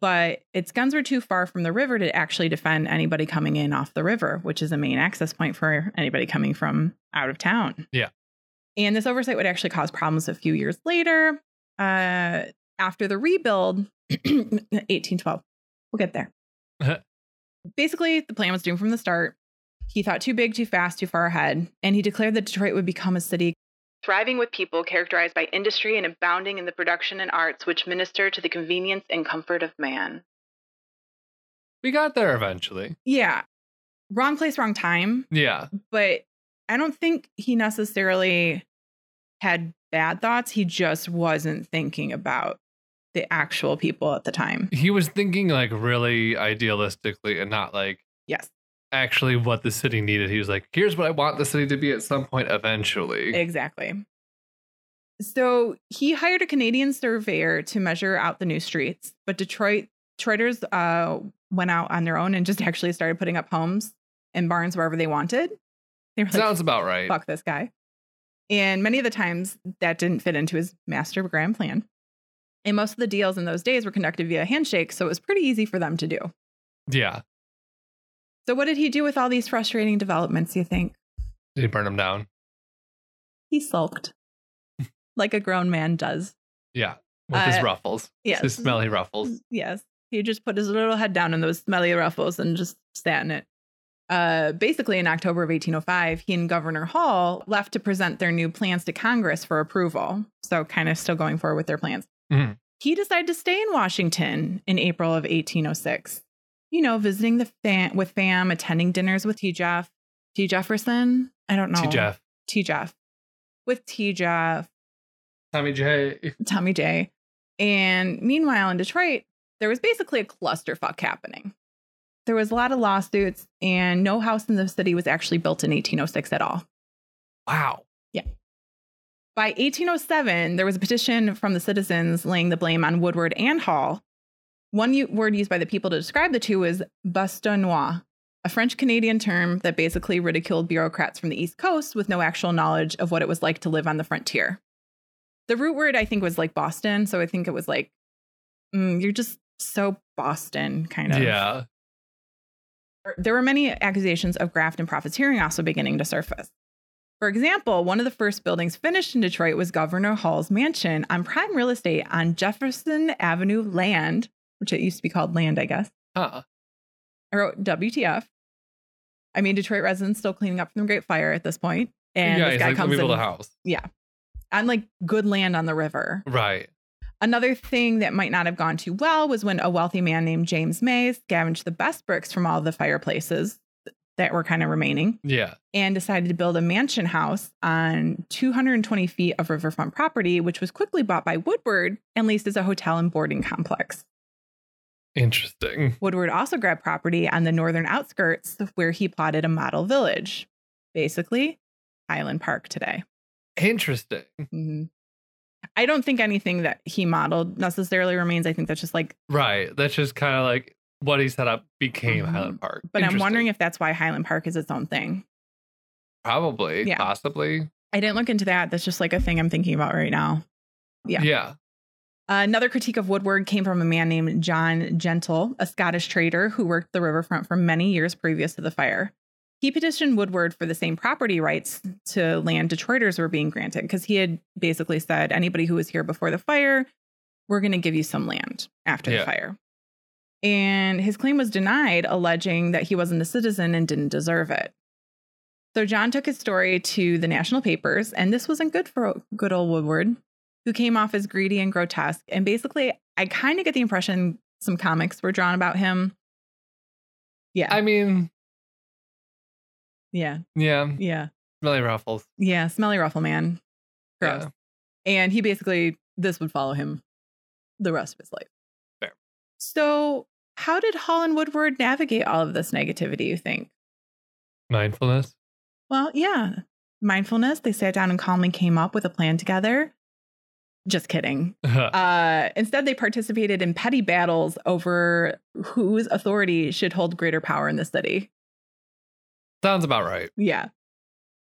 B: but its guns were too far from the river to actually defend anybody coming in off the river, which is a main access point for anybody coming from out of town.
A: Yeah.
B: And this oversight would actually cause problems a few years later. Uh, after the rebuild, 1812, we'll get there basically the plan was doomed from the start. He thought too big, too fast, too far ahead, and he declared that Detroit would become a city.
C: thriving with people characterized by industry and abounding in the production and arts which minister to the convenience and comfort of man.
A: We got there eventually.
B: Yeah. Wrong place, wrong time,
A: Yeah.
B: but I don't think he necessarily had bad thoughts. He just wasn't thinking about the actual people at the time.
A: He was thinking like really idealistically and not like
B: Yes,
A: actually what the city needed. He was like, here's what I want the city to be at some point eventually.
B: exactly. So he hired a Canadian surveyor to measure out the new streets, but Detroit Detroiters uh, went out on their own and just actually started putting up homes and barns wherever they wanted. They were like,
A: Sounds about right.
B: fuck this guy. And many of the times that didn't fit into his master grand plan. And most of the deals in those days were conducted via handshake, so it was pretty easy for them to do.
A: Yeah.
B: So, what did he do with all these frustrating developments, you think?
A: Did he burn him down?
B: He sulked like a grown man does.
A: Yeah. With his
B: Uh,
A: ruffles.
B: yes.
A: His smelly ruffles.
B: Yes. He just put his little head down in those smelly ruffles and just sat in it. Uh, basically, in October of 1805, he and Governor Hall left to present their new plans to Congress for approval. So, kind of still going forward with their plans.
A: Mhm.
B: He decided to stay in Washington in April of 1806. You know, visiting the fam- with fam, attending dinners with T. Jeff, T. Jefferson. I don't know
A: T Jeff.
B: T. Jeff with T. Jeff
A: Tommy J.
B: Tommy J. And meanwhile, in Detroit, there was basically a clusterfuck happening. There was a lot of lawsuits, and no house in the city was actually built in 1806 at all.
A: Wow.
B: By 1807, there was a petition from the citizens laying the blame on Woodward and Hall. One u- word used by the people to describe the two was bastonnois, a French Canadian term that basically ridiculed bureaucrats from the East Coast with no actual knowledge of what it was like to live on the frontier. The root word, I think, was like Boston. So I think it was like, mm, you're just so Boston, kind of.
A: Yeah.
B: There were many accusations of graft and profiteering also beginning to surface. For example, one of the first buildings finished in Detroit was Governor Hall's mansion on prime real estate on Jefferson Avenue land, which it used to be called land, I guess.
A: Huh.
B: I wrote WTF. I mean, Detroit residents still cleaning up from the Great Fire at this point, and
A: yeah,
B: this
A: he's
B: guy
A: like, let
B: comes
A: me
B: in
A: build a house.
B: on like good land on the river.
A: Right.
B: Another thing that might not have gone too well was when a wealthy man named James May scavenged the best bricks from all the fireplaces that were kind of remaining.
A: Yeah.
B: and decided to build a mansion house on 220 feet of riverfront property, which was quickly bought by Woodward and leased as a hotel and boarding complex.
A: Interesting.
B: Woodward also grabbed property on the northern outskirts where he plotted a model village, basically Highland Park today.
A: Interesting.
B: Mhm. I don't think anything that he modeled necessarily remains. I think that's just like,
A: Right. That's just kind of like what he set up became
B: Mhm.
A: Highland Park.
B: but I'm
A: Interesting.
B: wondering if that's why Highland Park is its own thing.
A: probably,
B: Yeah.
A: possibly.
B: I didn't look into that. That's just like a thing I'm thinking about right now. Yeah.
A: Yeah.
B: Another critique of Woodward came from a man named John Gentle, a Scottish trader who worked the riverfront for many years previous to the fire. He petitioned Woodward for the same property rights to land Detroiters were being granted because he had basically said anybody who was here before the fire, we're going to give you some land after
A: Yeah.
B: the fire. And his claim was denied, alleging that he wasn't a citizen and didn't deserve it. So John took his story to the national papers, and this wasn't good for good old Woodward who came off as greedy and grotesque. And basically, I kind of get the impression some comics were drawn about him. Yeah.
A: I mean,
B: yeah.
A: yeah.
B: Yeah.
A: Smelly ruffles.
B: Yeah. Smelly Ruffle Man. Gross.
A: Yeah.
B: And he basically, this would follow him the rest of his life.
A: Fair.
B: So, how did Hall and Woodward navigate all of this negativity, you think?
A: Mindfulness.
B: Well, yeah. mindfulness, they sat down and calmly came up with a plan together. Just kidding. Uh, instead, they participated in petty battles over whose authority should hold greater power in the city.
A: Sounds about right.
B: Yeah.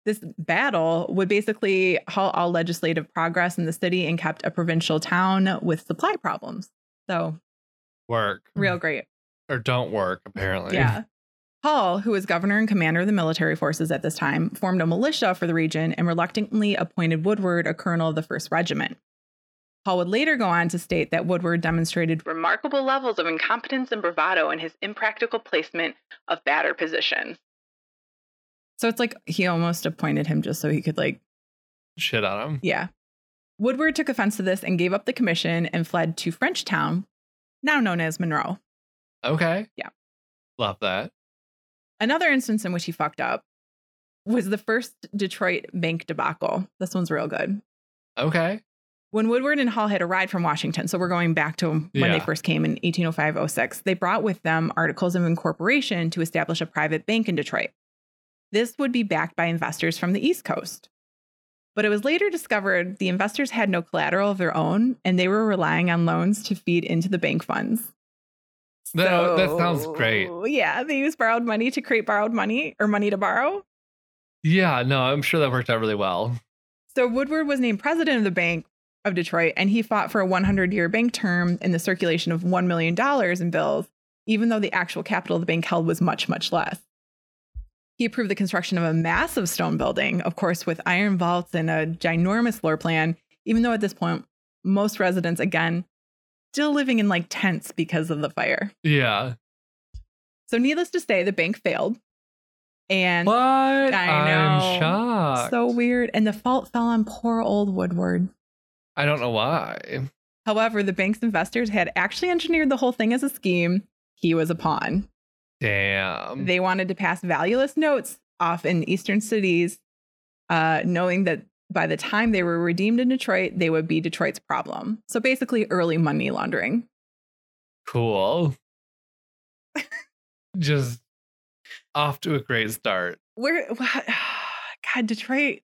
B: This battle would basically halt all legislative progress in the city and kept a provincial town with supply problems. So,
A: Work
B: real great.
A: or don't work apparently.
B: Yeah. Hall, who was governor and commander of the military forces at this time, formed a militia for the region and reluctantly appointed Woodward a colonel of the 1st Regiment. Hall would later go on to state that Woodward demonstrated
C: Remarkable levels of incompetence and bravado in his impractical placement of batter positions.
B: so it's like he almost appointed him just so he could like
A: Shit on him.
B: yeah. Woodward took offense to this and gave up the commission and fled to Frenchtown, now known as Monroe.
A: Okay.
B: Yeah.
A: Love that.
B: Another instance in which he fucked up was the first Detroit bank debacle. This one's real good.
A: Okay.
B: when Woodward and Hall had arrived from Washington, so we're going back to when
A: Yeah.
B: they first came in 1805 06, they brought with them articles of incorporation to establish a private bank in Detroit. This would be backed by investors from the East Coast. But it was later discovered the investors had no collateral of their own and they were relying on loans to feed into the bank funds.
A: No, that sounds great.
B: So, Yeah, they used borrowed money to create borrowed money or money to borrow.
A: Yeah. No, I'm sure that worked out really well.
B: So Woodward was named president of the Bank of Detroit, and he fought for a 100 year bank term and the circulation of $1 million in bills, even though the actual capital the bank held was much, much less. He approved the construction of a massive stone building, of course, with iron vaults and a ginormous floor plan, even though at this point, most residents, again, still living in like tents because of the fire.
A: Yeah.
B: So, needless to say, the bank failed. And
A: What?
B: know.
A: I'm shocked.
B: so weird. And the fault fell on poor old Woodward.
A: I don't know why.
B: However, the bank's investors had actually engineered the whole thing as a scheme. He was a pawn.
A: Damn.
B: They wanted to pass valueless notes off in eastern cities, uh, knowing that by the time they were redeemed in Detroit, they would be Detroit's problem. So basically, early money laundering.
A: cool. Just off to a great start.
B: Where, God, Detroit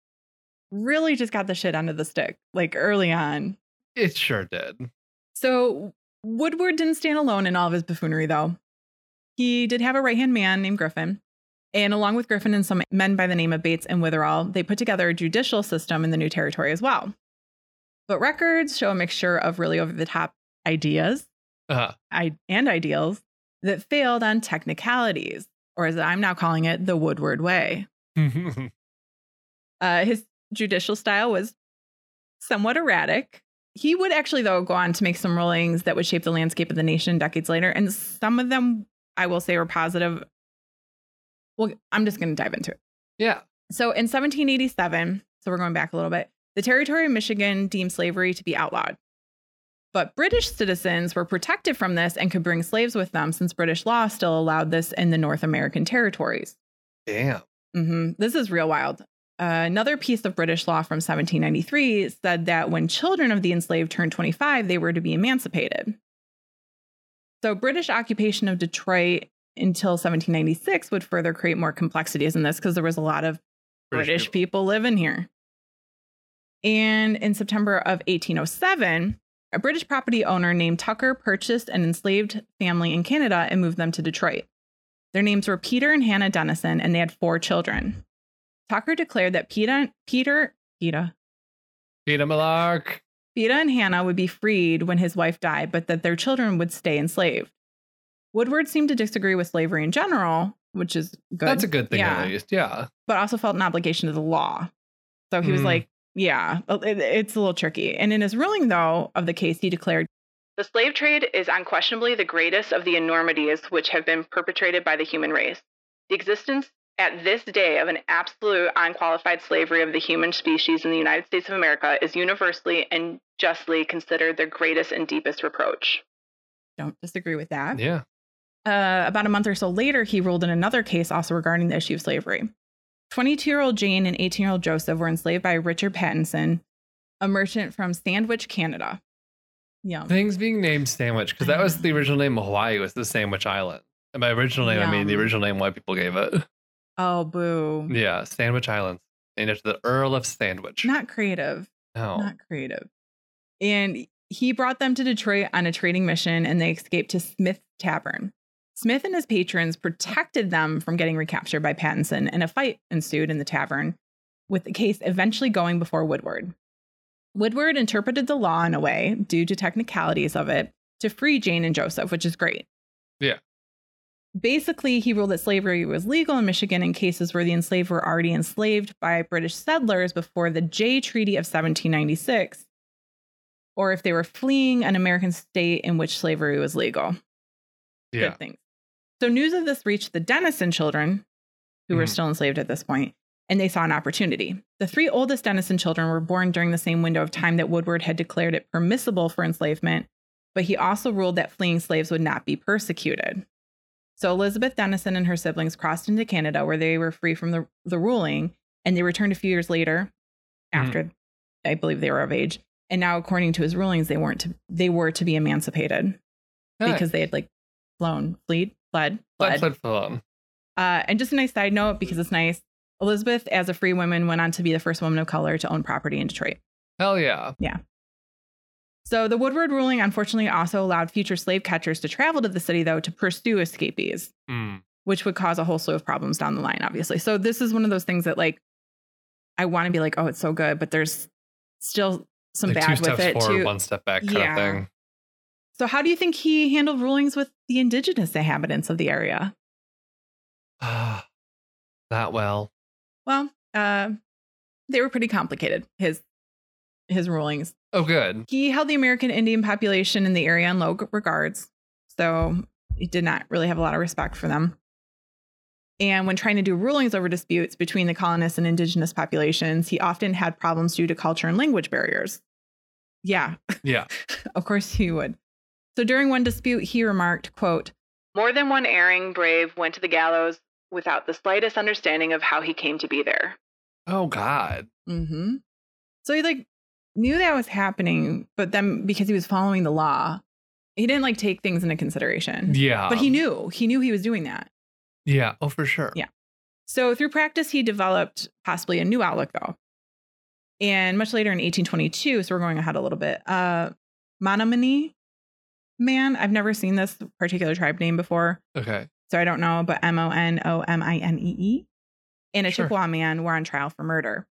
B: really just got the shit under the stick, like early on.
A: It sure did.
B: So Woodward didn't stand alone in all of his buffoonery, though. He did have a right hand man named Griffin. And along with Griffin and some men by the name of Bates and Witherall, they put together a judicial system in the new territory as well. But records show a mixture of really over the top ideas
A: Uh,
B: I- and ideals that failed on technicalities, or as I'm now calling it, the Woodward way. Uh, his judicial style was somewhat erratic. He would actually, though, go on to make some rulings that would shape the landscape of the nation decades later. And some of them, I will say, were positive. Well, I'm just going to dive into it.
A: yeah.
B: So in 1787, so we're going back a little bit, the territory of Michigan deemed slavery to be outlawed. But British citizens were protected from this and could bring slaves with them since British law still allowed this in the North American territories.
A: Damn.
B: hmm This is real wild. Uh, another piece of British law from 1793 said that when children of the enslaved turned 25, they were to be emancipated. So, British occupation of Detroit until 1796 would further create more complexities in this because there was a lot of British, people. living here. And in September of 1807, a British property owner named Tucker purchased an enslaved family in Canada and moved them to Detroit. Their names were Peter and Hannah Dennison, and they had four children. Tucker declared that Peter, Peter, Peter,
A: Peter Malark.
B: Peter and Hannah would be freed when his wife died, but that their children would stay enslaved. Woodward seemed to disagree with slavery in general, which is good.
A: That's a good thing,
B: Yeah
A: at least. Yeah.
B: but also felt an obligation to the law. So he was
A: Mm.
B: like, yeah, it- it's a little tricky. And in his ruling, though, of the case, he declared,
C: The slave trade is unquestionably the greatest of the enormities which have been perpetrated by the human race. The existence at this day of an absolute unqualified slavery of the human species in the United States of America is universally and justly considered the greatest and deepest reproach.
B: don't disagree with that.
A: Yeah.
B: Uh, about a month or so later, he ruled in another case also regarding the issue of slavery. 22 year old Jane and 18 year old Joseph were enslaved by Richard Pattinson, a merchant from Sandwich, Canada. Yeah.
A: Things being named Sandwich, because that was the original name of Hawaii, was the Sandwich Island. And by original name, I mean the
B: Yum. Mm-hmm.
A: original name white people gave it.
B: Oh, boo.
A: Yeah. Sandwich Islands. named after the Earl of Sandwich.
B: Not creative.
A: no.
B: Not creative. And he brought them to Detroit on a trading mission and they escaped to Smith Tavern. Smith and his patrons protected them from getting recaptured by Pattinson, and a fight ensued in the tavern, with the case eventually going before Woodward. Woodward interpreted the law in a way, due to technicalities of it, to free Jane and Joseph, which is great.
A: Yeah.
B: Basically, he ruled that slavery was legal in Michigan in cases where the enslaved were already enslaved by British settlers before the Jay Treaty of 1796, or if they were fleeing an American state in which slavery was legal
A: yeah.
B: good things. So news of this reached the Denison children, who were
A: Mhm.
B: still enslaved at this point, and they saw an opportunity. The three oldest Denison children were born during the same window of time that Woodward had declared it permissible for enslavement, but he also ruled that fleeing slaves would not be persecuted. So Elizabeth Denison and her siblings crossed into Canada, where they were free from the, the ruling, and they returned a few years later,
A: Mhm.
B: after I believe they were of age. And now, according to his rulings, they weren't to, they were to be emancipated
A: Nice.
B: because they had like flown, fled, fled,
A: That's
B: fled.
A: what Fulham.
B: Uh, and just a nice side note because it's nice. Elizabeth, as a free woman, went on to be the first woman of color to own property in Detroit.
A: Hell yeah.
B: So the Woodward ruling, unfortunately, also allowed future slave catchers to travel to the city, though, to pursue escapees,
A: Mm.
B: which would cause a whole slew of problems down the line, obviously. So this is one of those things that, like, I want to be like, oh, it's so good, but there's still some
A: Like two
B: bad with
A: steps
B: it
A: forward,
B: too.
A: one step back kind
B: Yeah.
A: of thing.
B: So how do you think he handled rulings with the indigenous inhabitants of the area?
A: Not Ah, well.
B: Well, uh, they were pretty complicated. His his rulings.
A: Oh, good.
B: He held the American Indian population in the area in low regards, so he did not really have a lot of respect for them. And when trying to do rulings over disputes between the colonists and indigenous populations, he often had problems due to culture and language barriers. Yeah,
A: Yeah.
B: of course he would. So during one dispute, he remarked, "quote
C: More than one erring brave went to the gallows without the slightest understanding of how he came to be there.
A: Oh, God.
B: Mm-hmm. So he like knew that was happening, but then because he was following the law, he didn't like take things into consideration.
A: Yeah.
B: But he knew he knew he was doing that.
A: Yeah. Oh, for sure.
B: Yeah. So through practice, he developed possibly a new outlook though. And much later in 1822, so we're going ahead a little bit. Uh, Menominee man, I've never seen this particular tribe name before,
A: Okay.
B: so I don't know, but M O N O M I N E E, and a
A: Sure.
B: Chippewa man were on trial for murder,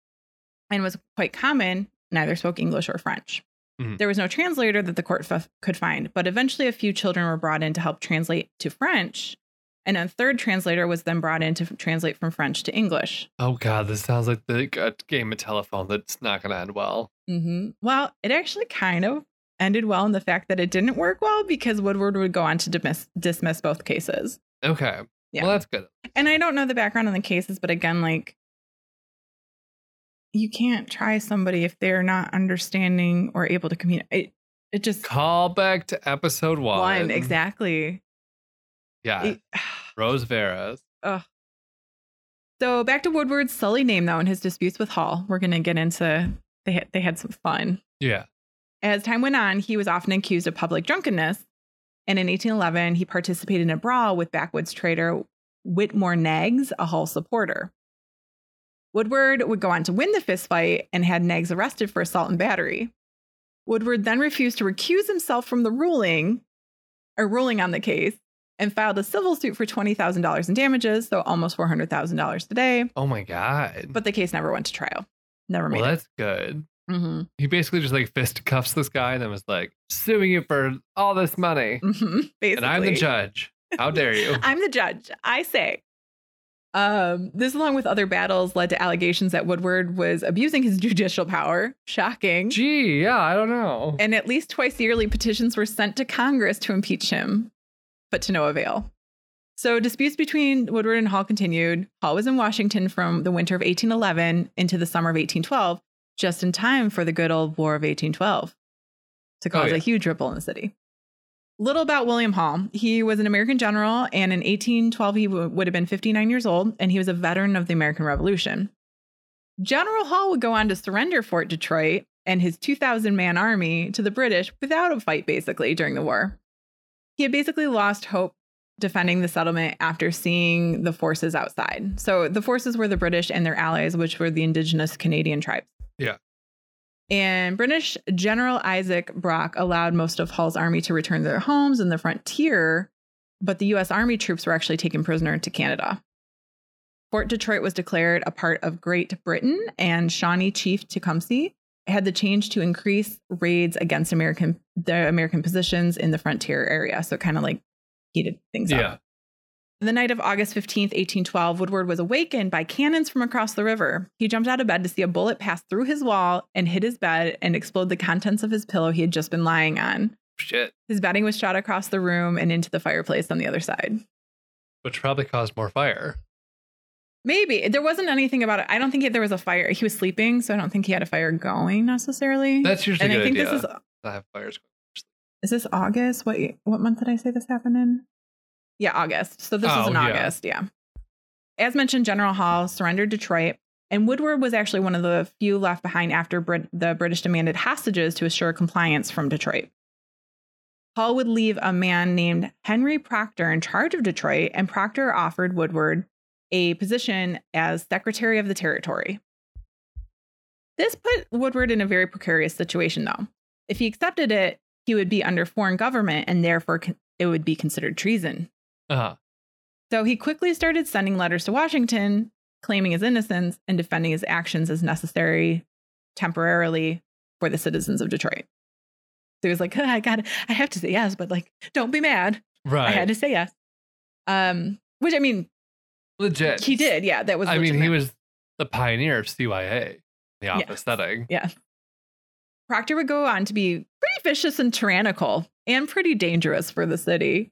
B: and was quite common. Neither spoke English or French.
A: Mhm.
B: There was no translator that the court f- could find, but eventually a few children were brought in to help translate to French, and a third translator was then brought in to f- translate from French to English.
A: Oh, God. This sounds like the a game of telephone that's not going to end well.
B: hmm Well, it actually kind of ended well in the fact that it didn't work well because Woodward would go on to dismiss, dismiss both cases.
A: Okay.
B: Yeah.
A: Well, that's good.
B: And I don't know the background on the cases, but again, like you can't try somebody if they're not understanding or able to communicate. It, it just
A: Call back to episode one.
B: one exactly.
A: Yeah.
B: It-
A: Rose Veras.
B: so back to Woodward's Sully name though, and his disputes with Hall. We're gonna get into they had, they had some fun.
A: Yeah.
B: As time went on, he was often accused of public drunkenness, and in 1811 he participated in a brawl with backwoods trader Whitmore Nags, a Hull supporter. Woodward would go on to win the fistfight and had Nags arrested for assault and battery. Woodward then refused to recuse himself from the ruling, or ruling on the case, and filed a civil suit for $20,000 in damages, so almost $400,000 today.
A: Oh, my God.
B: But the case never went to trial. Never made
A: well, that's good.
B: it. Mm-hmm.
A: He basically just like fistcuffs this guy and then was like, suing you for all this money.
B: Mm-hmm. Basically.
A: And I'm the judge. How dare you?
B: I'm the judge. I say. Um, this, along with other battles, led to allegations that Woodward was abusing his judicial power. Shocking.
A: Gee, yeah, I don't know.
B: And at least twice yearly, petitions were sent to Congress to impeach him, but to no avail. So disputes between Woodward and Hall continued. Hall was in Washington from the winter of 1811 into the summer of 1812, just in time for the good old War of 1812 to cause
A: yeah.
B: a huge ripple in the city. Little about William Hall. He was an American general, and in 1812, he w- would have been 59 years old, and he was a veteran of the American Revolution. General Hall would go on to surrender Fort Detroit and his 2,000 man army to the British without a fight, basically, during the war. He had basically lost hope defending the settlement after seeing the forces outside. So the forces were the British and their allies, which were the indigenous Canadian tribes.
A: Yeah.
B: And British General Isaac Brock allowed most of Hull's army to return to their homes in the frontier, but the U.S. Army troops were actually taken prisoner to Canada. Fort Detroit was declared a part of Great Britain, and Shawnee Chief Tecumseh had the change to increase raids against American the American positions in the frontier area. So it kind of like heated things up.
A: Yeah.
B: The night of August 15th, 1812, Woodward was awakened by cannons from across the river. He jumped out of bed to see a bullet pass through his wall and hit his bed and explode the contents of his pillow he had just been lying on.
A: Shit.
B: His bedding was shot across the room and into the fireplace on the other side.
A: Which probably caused more fire.
B: Maybe there wasn't anything about it. I don't think there was a fire. He was sleeping, so I don't think he had a fire going necessarily.
A: That's usually
B: and
A: a
B: I
A: good
B: think
A: idea.
B: this is
A: to have fires.
B: is this August? What what month did I say this happened in? Yeah, August. So this was
A: Oh,
B: in
A: yeah.
B: August, yeah. As mentioned, General Hall surrendered Detroit, and Woodward was actually one of the few left behind after Brit- the British demanded hostages to assure compliance from Detroit. Hall would leave a man named Henry Proctor in charge of Detroit, and Proctor offered Woodward a position as Secretary of the Territory. This put Woodward in a very precarious situation, though. If he accepted it, he would be under foreign government and therefore con- it would be considered treason.
A: Uh huh.
B: So he quickly started sending letters to Washington, claiming his innocence and defending his actions as necessary temporarily for the citizens of Detroit. So he was like, "Huh, I got I have to say yes, but like, don't be mad.
A: Right.
B: I had to say yes. Um, which I mean,
A: Legit.
B: he did. Yeah, that was.
A: I mean, he
B: legitimate.
A: was the pioneer of CYA, the office setting.
B: Proctor would go on to be pretty vicious and tyrannical and pretty dangerous for the city.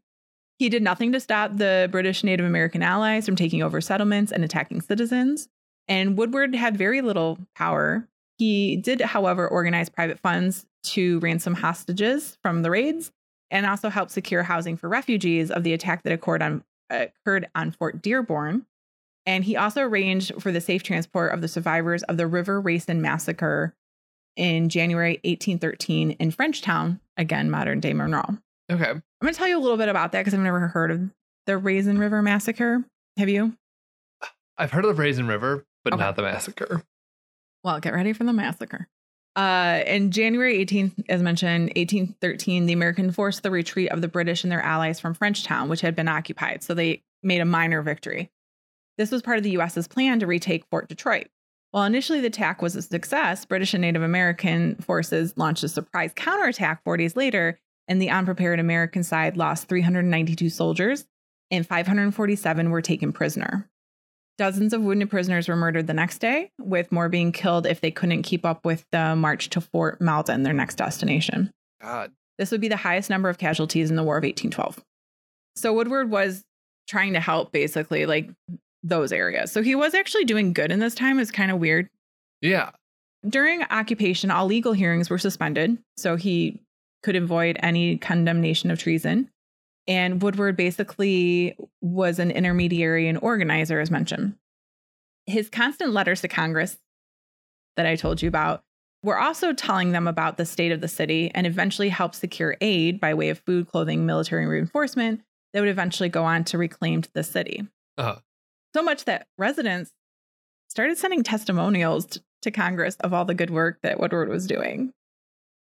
B: He did nothing to stop the British Native American allies from taking over settlements and attacking citizens. And Woodward had very little power. He did, however, organize private funds to ransom hostages from the raids and also help secure housing for refugees of the attack that occurred on, occurred on Fort Dearborn. And he also arranged for the safe transport of the survivors of the River Racin massacre in January 1813 in Frenchtown, again, modern day Monroe. I'm
A: Okay.
B: going to tell you a little bit about that because I've never heard of the Raisin River Massacre. Have you?
A: I've heard of Raisin River, but
B: Okay.
A: not the massacre.
B: Well, get ready for the massacre. Uh, in January 18th, as mentioned, 1813, the American forced the retreat of the British and their allies from Frenchtown, which had been occupied. So they made a minor victory. This was part of the U.S.'s plan to retake Fort Detroit. While initially the attack was a success, British and Native American forces launched a surprise counterattack four days later, and the unprepared American side lost 392 soldiers, and 547 were taken prisoner. Dozens of wounded prisoners were murdered the next day, with more being killed if they couldn't keep up with the march to Fort Malden, their next destination.
A: God.
B: This would be the highest number of casualties in the War of 1812. So Woodward was trying to help basically like those areas. So he was actually doing good in this time. It's kind of weird.
A: Yeah.
B: During occupation, all legal hearings were suspended, so he could avoid any condemnation of treason. And Woodward basically was an intermediary and organizer, as mentioned. His constant letters to Congress that I told you about were also telling them about the state of the city and eventually helped secure aid by way of food, clothing, military reinforcement that would eventually go on to reclaim the city.
A: Uh-huh.
B: So much that residents started sending testimonials t- to Congress of all the good work that Woodward was doing.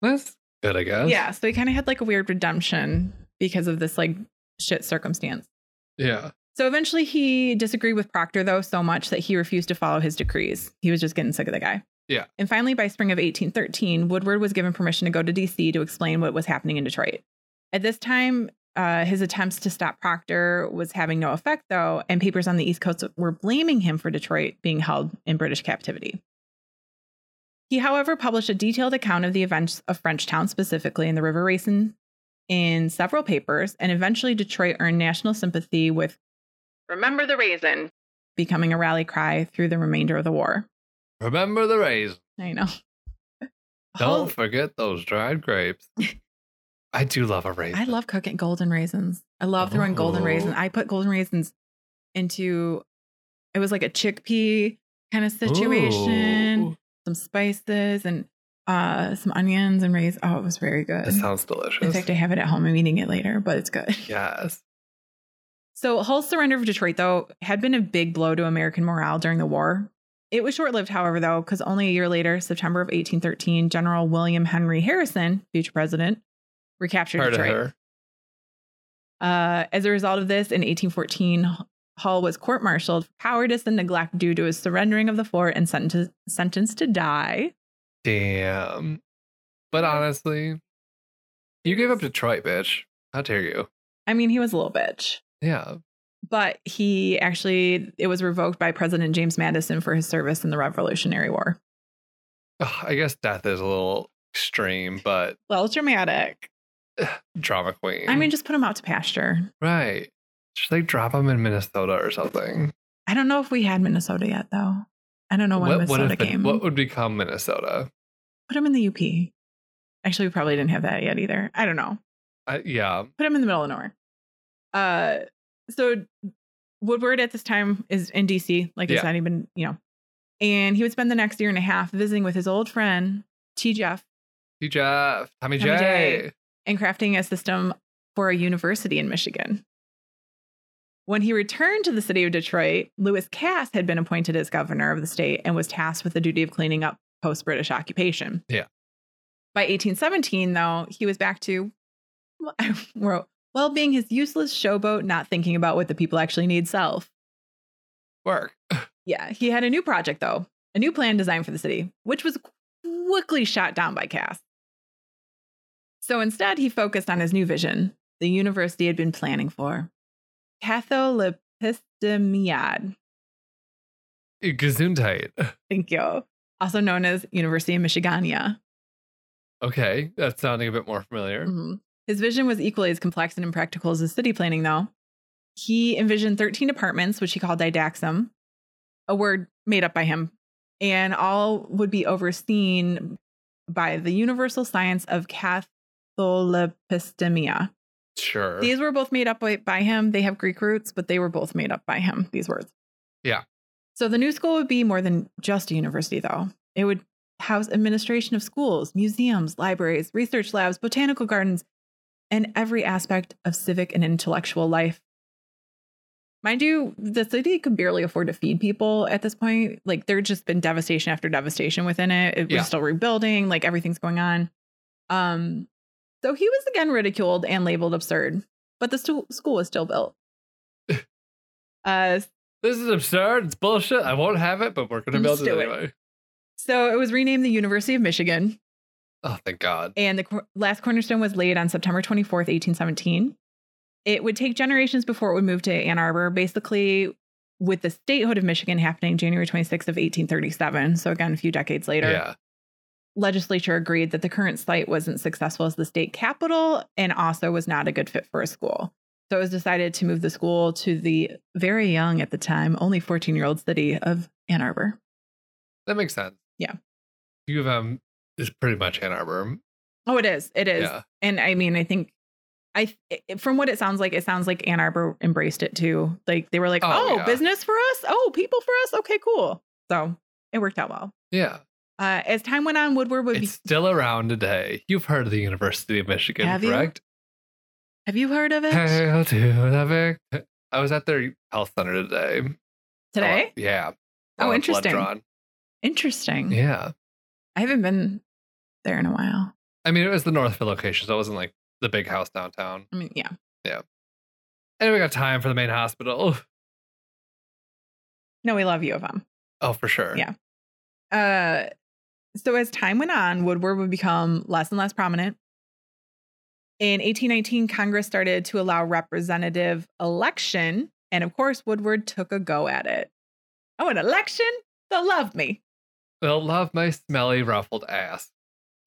A: That's good, I guess.
B: Yeah, so he kind of had like a weird redemption because of this like shit circumstance.
A: Yeah.
B: So eventually he disagreed with Proctor, though, so much that he refused to follow his decrees. He was just getting sick of the guy.
A: Yeah.
B: And finally, by spring of 1813, Woodward was given permission to go to D.C. to explain what was happening in Detroit. At this time, uh, his attempts to stop Proctor was having no effect, though, and papers on the East Coast were blaming him for Detroit being held in British captivity. He, however, published a detailed account of the events of Frenchtown, specifically in the River Racing, in several papers, and eventually Detroit earned national sympathy with
C: Remember the raisin.
B: becoming a rally cry through the remainder of the war.
A: Remember the raisin.
B: I know.
A: Don't
B: Hull-
A: forget those dried grapes. I do love a raisin.
B: I love cooking golden raisins. I love throwing golden
A: Oh.
B: raisins. I put golden raisins into it was like a chickpea kind of situation,
A: Ooh,
B: some spices and uh some onions and raisins. Oh, it was very good.
A: That sounds
B: In
A: delicious.
B: fact, I have it at home. I'm eating it later, but it's good.
A: yes.
B: So Hull's surrender of Detroit, though, had been a big blow to American morale during the war. It was short lived, however, though, because only a year later, September of 1813, General William Henry Harrison, future president, recaptured
A: Heard of
B: Detroit.
A: her.
B: Uh, as a result of this, in 1814, Hull was court martialed for cowardice and neglect due to his surrendering of the fort and sentenced sentenced to die.
A: Damn. But honestly, you gave up Detroit, bitch. How dare you?
B: I mean, he was a little bitch,
A: Yeah.
B: but he actually it was revoked by President James Madison for his service in the Revolutionary War.
A: Ugh, I guess death is a little extreme, but
B: Well, it's dramatic.
A: drama queen.
B: I mean, just put him out to pasture.
A: right. Should they drop him in Minnesota or something?
B: I don't know if we had Minnesota yet, though. I don't know when
A: What, what,
B: Minnesota
A: if the-
B: came.
A: what would become Minnesota?
B: put him in the UP. Actually, we probably didn't have that yet either. I don't know.
A: I, yeah.
B: put him in the middle of nowhere. Uh, so Woodward at this time is in DC, like
A: Yeah.
B: it's not even you know, and he would spend the next year and a half visiting with his old friend T. Jeff
A: T. Jeff. Tommy,
B: Tommy
A: J.
B: J. and crafting a system for a university in Michigan. When he returned to the city of Detroit, Lewis Cass had been appointed as governor of the state and was tasked with the duty of cleaning up post British occupation.
A: Yeah.
B: By 1817, though, he was back to, well, I wrote, well, being his useless showboat, not thinking about what the people actually need self.
A: Work.
B: Yeah, he had a new project, though, a new plan designed for the city, which was quickly shot down by Cass. So instead, he focused on his new vision the university had been planning for Catholepistimiad,
A: Eh, Gesundheit.
B: thank you, also known as University of Michigania.
A: Okay. That's sounding a bit more familiar.
B: Mhm. His vision was equally as complex and impractical as his city planning, though. He envisioned 13 apartments, which he called didaxum, a word made up by him, and all would be overseen by the universal science of catholepistemia.
A: Sure.
B: These were both made up by, by him. They have Greek roots, but they were both made up by him, these words.
A: Yeah.
B: So the new school would be more than just a university, though. It would house administration of schools, museums, libraries, research labs, botanical gardens, and every aspect of civic and intellectual life. Mind you, the city could barely afford to feed people at this point. Like, there'd just been devastation after devastation within it. It was
A: Yeah.
B: still rebuilding, like, everything's going on. Um, so he was again ridiculed and labeled absurd, but the stu- school was still built. uh,
A: this is absurd. It's bullshit. I won't have it, but we're going to
B: Let's
A: build it
B: do it.
A: anyway.
B: so it was renamed the University of Michigan,
A: Oh, thank God.
B: and the cor- last cornerstone was laid on September 24th, 1817. It would take generations before it would move to Ann Arbor, basically with the statehood of Michigan happening January 26th of 1837. So again, a few decades later.
A: Yeah.
B: legislature agreed that the current site wasn't successful as the state capital and also was not a good fit for a school. So it was decided to move the school to the very young at the time, only 14 year old city of Ann Arbor.
A: That makes sense.
B: Yeah.
A: U of M is pretty much Ann Arbor.
B: Oh, it is. It is.
A: Yeah.
B: And I mean, I think. I it- from what it sounds like, it sounds like Ann Arbor embraced it too. Like they were like,
A: Oh,
B: "Oh,
A: yeah.
B: business for us. Oh, people for us. Okay, cool." So it worked out well.
A: Yeah.
B: Uh, as time went on, Woodward would be.
A: It's still around today. You've heard of the University of Michigan,
B: Have you?
A: correct?
B: Have you heard of it
A: Hail to the vic- I was at their health center today.
B: today?
A: Oh, yeah.
B: Oh,
A: I want blood
B: interesting. Hmm.
A: drawn.
B: Interesting.
A: Yeah.
B: I haven't been there in a while.
A: I mean, it was the Northfield location, so it wasn't like the big house downtown.
B: I mean, yeah.
A: And we got time for the main hospital.
B: No, we love U of M.
A: Oh, for sure.
B: Yeah. Uh, so as time went on, Woodward would become less and less prominent. In 1819, Congress started to allow representative election, and of course, Woodward took a go at it. Oh, an election? They'll love me.
A: They'll love my smelly, ruffled ass.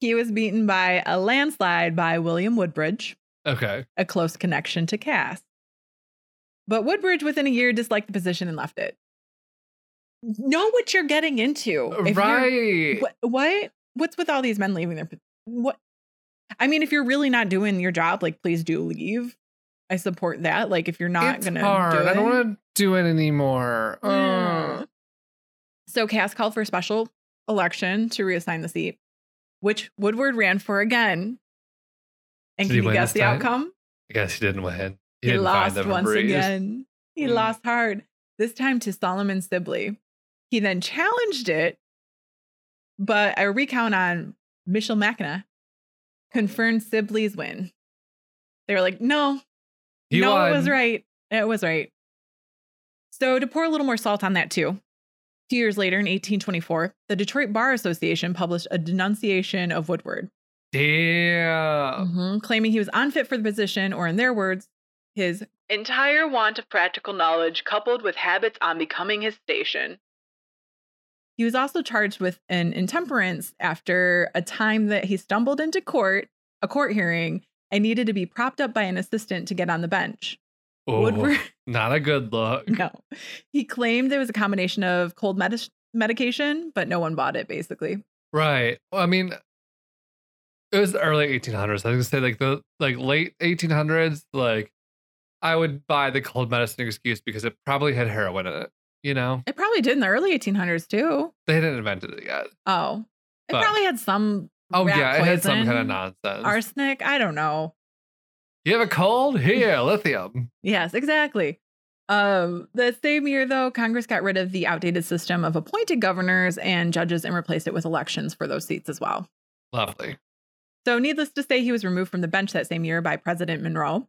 B: He was beaten by a landslide by William Woodbridge.
A: Okay.
B: a close connection to Cass. But Woodbridge, within a year, disliked the position and left it. Know what you're getting into. If you're-
A: right.
B: What, what? What's with all these men leaving their? What? I mean, if you're really not doing your job, like please do leave. I support that. Like if you're not
A: it's
B: gonna
A: hard.
B: do it. Hmm.
A: I don't uh. want to do it anymore.
B: Yeah.
A: Ugh.
B: So Cass called for a special election to reassign the seat, which Woodward ran for again. And
A: Did he
B: can you
A: win
B: guess
A: this
B: the
A: time?
B: outcome?
A: I guess he didn't win.
B: He,
A: didn't find
B: lost
A: them for
B: once
A: breeze.
B: again. He
A: Mm.
B: lost hard, this time to Solomon Sibley. He then challenged it, but a recount on Michelle McEnna confirmed Sibley's win. They were like, no,
A: He
B: no,
A: won.
B: it was right. It was right. So, to pour a little more salt on that, too, two years later in 1824, the Detroit Bar Association published a denunciation of Woodward,
A: Damn.
B: mhm, claiming he was unfit for the position, or in their words, his
C: Entire want of practical knowledge coupled with habits on becoming his station.
B: He was also charged with an intemperance after a time that he stumbled into court, a court hearing, and needed to be propped up by an assistant to get on the bench.
A: Oh,
B: Woodward,
A: Not a good look.
B: no. He claimed it was a combination of cold medis medication, but no one bought it, basically.
A: Right. Well, I mean, it was the early 1800s. I was gonna say like the like late 1800s. Like, I would buy the cold medicine excuse because it probably had heroin in it. You know,
B: It probably did in the early 1800s, too.
A: they hadn't invented it yet.
B: Oh, it
A: But-
B: probably had some
A: Oh
B: Rat
A: yeah, it had some kind of
B: poison.
A: nonsense.
B: arsenic. I don't know.
A: you have a cold? Here, lithium.
B: Yes, exactly. Um, the same year, though, Congress got rid of the outdated system of appointed governors and judges and replaced it with elections for those seats as well.
A: Lovely.
B: So, needless to say, he was removed from the bench that same year by President Monroe.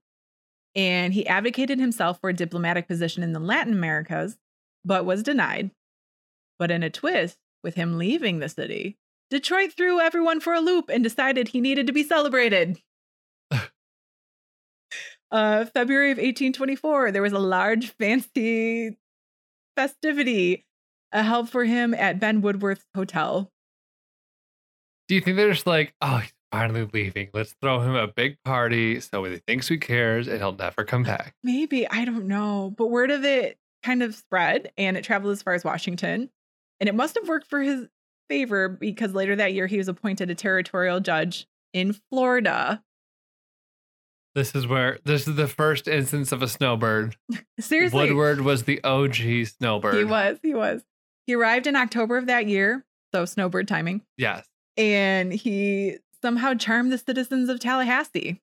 B: And he advocated himself for a diplomatic position in the Latin Americas, but was denied. But in a twist, with him leaving the city, Detroit threw everyone for a loop and decided he needed to be celebrated. uh, February of 1824, there was a large, fancy festivity uh, held for him at Ben Woodworth's hotel.
A: Do you think they're just like, oh, he's finally leaving? Let's throw him a big party so he thinks he cares and he'll never come back.
B: Maybe, I don't know. But word of it kind of spread and it traveled as far as Washington. And it must have worked for his favor because later that year he was appointed a territorial judge in Florida.
A: This is where this is the first instance of a snowbird.
B: Seriously.
A: Woodward was the OG snowbird.
B: He was, he was. He arrived in October of that year, so snowbird timing,
A: Yes.
B: and he somehow charmed the citizens of Tallahassee.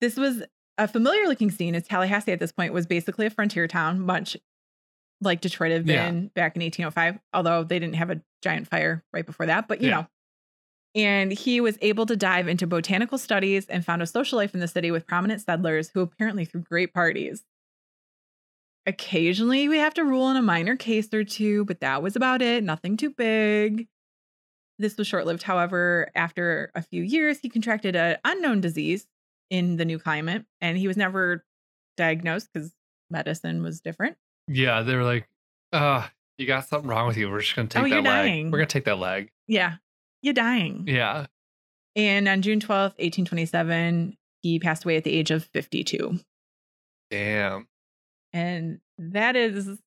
B: this was a familiar looking scene as Tallahassee at this point was basically a frontier town, much like Detroit had
A: Yeah.
B: been back in 1805, although they didn't have a giant fire right before that, but you
A: Yeah.
B: know. And he was able to dive into botanical studies and found a social life in the city with prominent settlers who apparently threw great parties. Occasionally, we have to rule in a minor case or two, but that was about it. Nothing too big. This was short lived, however, after a few years, he contracted an unknown disease in the new climate, and he was never diagnosed because medicine was different.
A: Yeah, they were like, uh, you got something wrong with you. We're just gonna take
B: Oh,
A: that
B: you're
A: leg.
B: dying.
A: We're gonna take that leg.
B: Yeah, you're dying.
A: Yeah.
B: And on June 12th, 1827, he passed away at the age of 52.
A: Damn.
B: And that is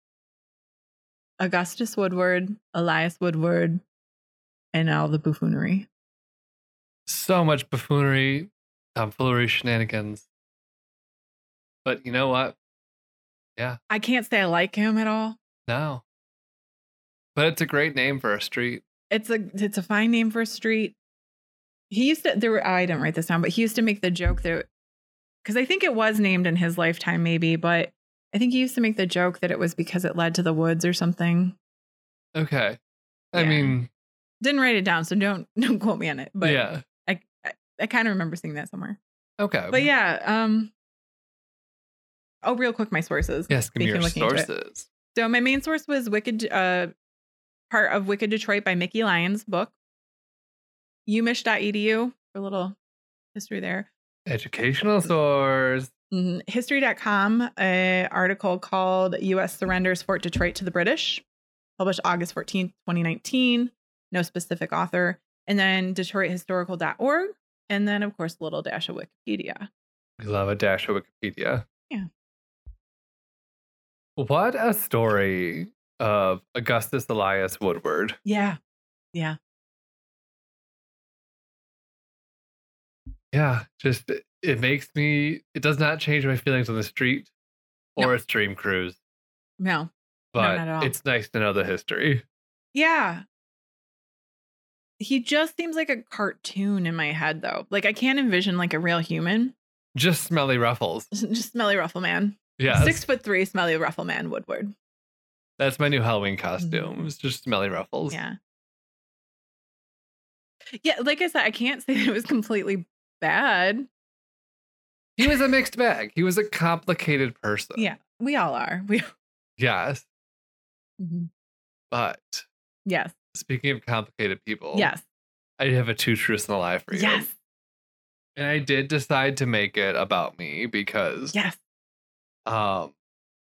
B: Augustus Woodward, Elias Woodward, and all the buffoonery.
A: So much buffoonery, tomfoolery, shenanigans. But you know what?
B: I can't say I like him at all.
A: No. But it's a great name for a street.
B: It's a it's a fine name for a street. He used to there were I didn't write this down, but he used to make the joke that because I think it was named in his lifetime, maybe, but I think he used to make the joke that it was because it led to the woods or something.
A: Okay. I
B: Yeah.
A: mean,
B: Didn't write it down, so don't don't quote me on it. But
A: yeah.
B: I I, I kind of remember seeing that somewhere.
A: Okay.
B: But yeah, um Oh, real quick, my sources.
A: Yes, give me
B: Speaking
A: your
B: of looking into it.
A: sources.
B: So my main source was Wicked, uh, part of Wicked Detroit by Mickey Lyons' book, umich.edu for E a little history there.
A: Educational source.
B: Mm, History.com, an article called U.S. Surrenders Fort Detroit to the British, published August 14th, 2019. No specific author. And then DetroitHistorical.org. And then, of course, little dash of Wikipedia.
A: We love a dash of Wikipedia.
B: Yeah.
A: What a story of Augustus Elias Woodward.
B: Yeah.
A: Yeah, just it makes me. It does not change my feelings on the street or
B: No.
A: a stream cruise,
B: No.
A: but
B: not at all.
A: it's nice to know the history.
B: Yeah. He just seems like a cartoon in my head though. Like I can't envision like a real human.
A: Just smelly ruffles.
B: Just smelly ruffle man.
A: Yeah.
B: Six foot three smelly ruffle man Woodward.
A: That's my new Halloween costume. It's just smelly ruffles.
B: Mm-hmm. Yeah. Yeah, like I said, I can't say that it was completely bad.
A: He was a mixed bag. He was a complicated person.
B: Yeah, we all are. We
A: Yes. But
B: yes,
A: speaking of complicated people,
B: yes,
A: I have a two truths and a lie for you.
B: yes,
A: And I did decide to make it about me because
B: yes,
A: um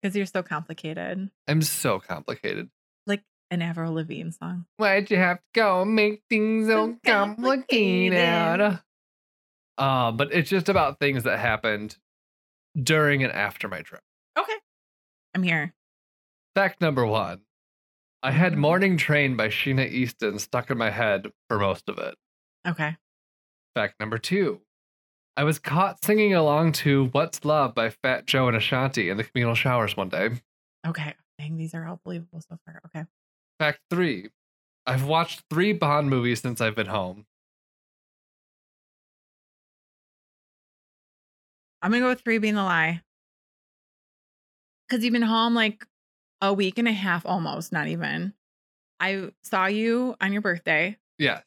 B: because you're so complicated,
A: I'm so complicated.
B: like an Avril Lavigne song.
A: Why'd you have to go make things so
B: So complicated?
A: complicated? Uh, but it's just about things that happened during and after my trip.
B: Okay, I'm here.
A: Fact number one I had Morning Train by Sheena Easton stuck in my head for most of it.
B: Okay,
A: Fact number two I was caught singing along to What's Love by Fat Joe and Ashanti in the communal showers one day.
B: okay. Dang, these are all believable so far. Okay,
A: Fact three I've watched three Bond movies since I've been home.
B: I'm gonna go with three being the lie, because you've been home like a week and a half, almost not even. I saw you on your birthday.
A: Yes.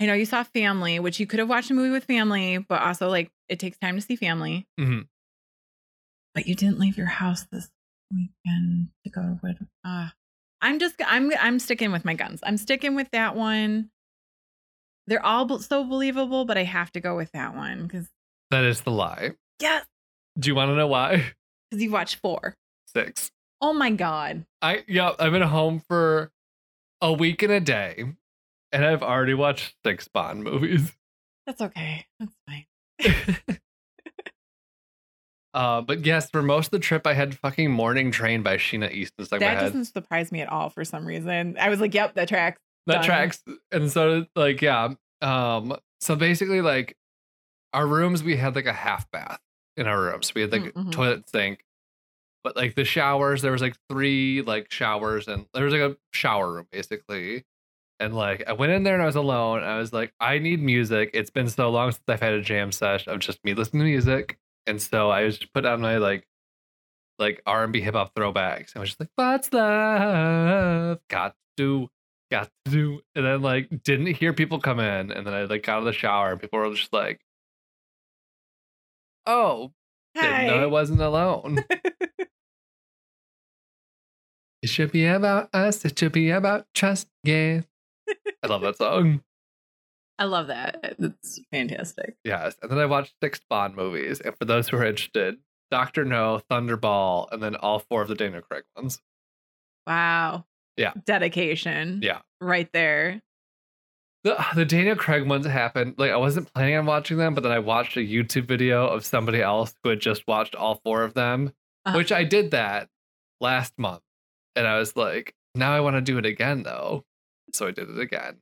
B: I know you saw Family, which you could have watched a movie with family, but also like it takes time to see Family.
A: Mhm.
B: But you didn't leave your house this weekend to go to Wood. Uh, I'm just I'm I'm sticking with my guns. I'm sticking with that one. They're all bel- so believable, but I have to go with that one because
A: That is the lie.
B: yes,
A: Do you want to know why?
B: because you've watched four.
A: Six.
B: Oh my god!
A: I yeah, I've been home for a week and a day, and I've already watched six Bond movies.
B: That's okay. That's fine.
A: Uh, but yes, for most of the trip, I had fucking Morning Train by Sheena Easton stuck in my
B: that
A: head.
B: doesn't surprise me at all for some reason. I was like, yep, that tracks.
A: that
B: done.
A: tracks. And so, like, yeah. Um, so basically, like, our rooms, we had like a half bath in our rooms. We had like
B: Mm, mhm.
A: a toilet sink, but like the showers, there was like three like showers, and there was like a shower room basically. And like, I went in there and I was alone. and I was like, I need music. It's been so long since I've had a jam sesh of just me listening to music. And so I just put on my like like R and B hip hop throwbacks. And I was just like, what's love? Got to do, got to do. And then like didn't hear people come in. And then I like got out of the shower and people were just like, Oh, didn't know I
B: Hi.
A: wasn't alone. it should be about us. It should be about trust. Yeah. I love that song.
B: I love that. It's fantastic.
A: Yes. And then I watched six Bond movies. And for those who are interested, Dr. No, Thunderball, and then all four of the Daniel Craig ones.
B: Wow.
A: Yeah.
B: Dedication.
A: Yeah.
B: Right there.
A: The, ah, the Daniel Craig ones happened. Like, I wasn't planning on watching them, but then I watched a YouTube video of somebody else who had just watched all four of them,
B: Uh-huh.
A: which I did that last month. And I was like, now I want to do it again, though. So I did it again.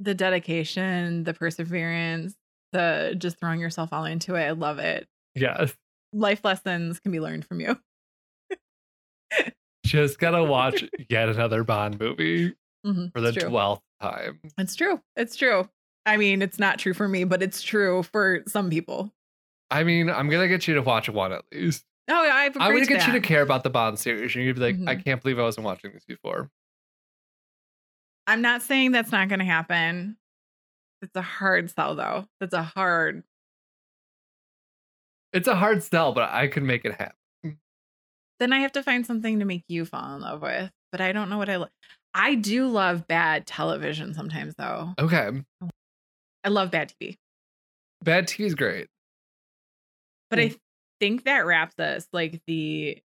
B: The dedication, the perseverance, the just throwing yourself all into it. I love it.
A: Yes.
B: Life lessons can be learned from you.
A: Just gotta watch yet another Bond movie
B: Mhm.
A: for the
B: it's true.
A: 12th time.
B: It's true. It's true. I mean, it's not true for me, but it's true for some people.
A: I mean, I'm gonna get you to watch one at least.
B: Oh, yeah, I've
A: I'm gonna
B: agreed to
A: get you
B: that.
A: to care about the Bond series. You're gonna be like, I
B: Mhm.
A: can't believe I wasn't watching this before.
B: I'm not saying that's not going to happen. It's a hard sell, though. That's a hard.
A: It's a hard sell, but I could make it happen.
B: Then I have to find something to make you fall in love with. But I don't know what I. Lo- I do love bad television sometimes, though.
A: Okay.
B: I love bad TV.
A: Bad Tea is great.
B: But I
A: Mm.
B: think that wraps us like the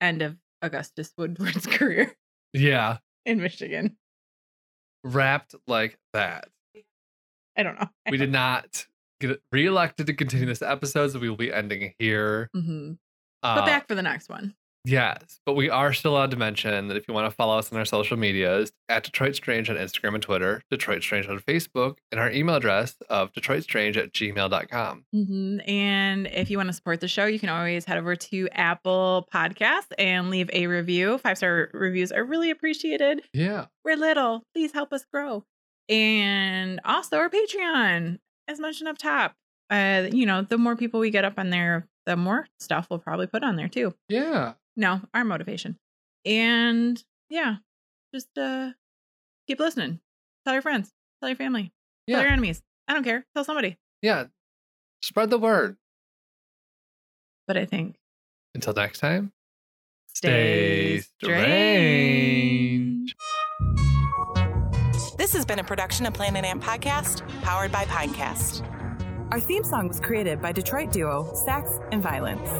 B: end of Augustus Woodward's career
A: Yeah.
B: in Michigan.
A: Wrapped like that.
B: I don't know.
A: We did not get reelected to continue this episode, so we will be ending here.
B: hmm
A: Uh,
B: But back for the next one.
A: Yes, but we are still allowed to mention that if you want to follow us on our social medias at Detroit Strange on Instagram and Twitter, Detroit Strange on Facebook, and our email address of DetroitStrange at gmail.com.
B: hmm And if you want to support the show, you can always head over to Apple Podcasts and leave a review. Five star reviews are really appreciated.
A: Yeah.
B: We're little. Please help us grow. and also our Patreon, as mentioned up top. Uh, you know, the more people we get up on there, the more stuff we'll probably put on there too.
A: Yeah.
B: No, our motivation. And yeah, just uh keep listening. Tell your friends, tell your family,
A: Yeah.
B: tell your enemies. I don't care. Tell somebody.
A: Yeah. Spread the word.
B: But I think
A: Until next time.
B: stay, strange.
D: This has been a production of Planet Amp Podcast, powered by Pinecast.
E: Our theme song was created by Detroit duo Sax and Violence.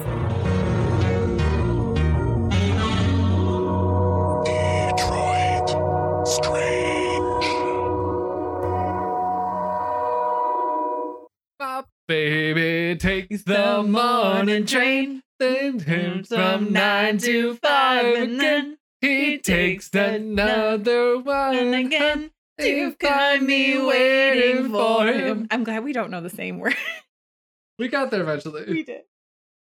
F: Detroit. Strange.
A: My baby takes the morning train. Then him from nine to five and then he takes another one again. You've got me waiting for him.
B: I'm glad we don't know the same word.
A: We got there eventually.
B: did.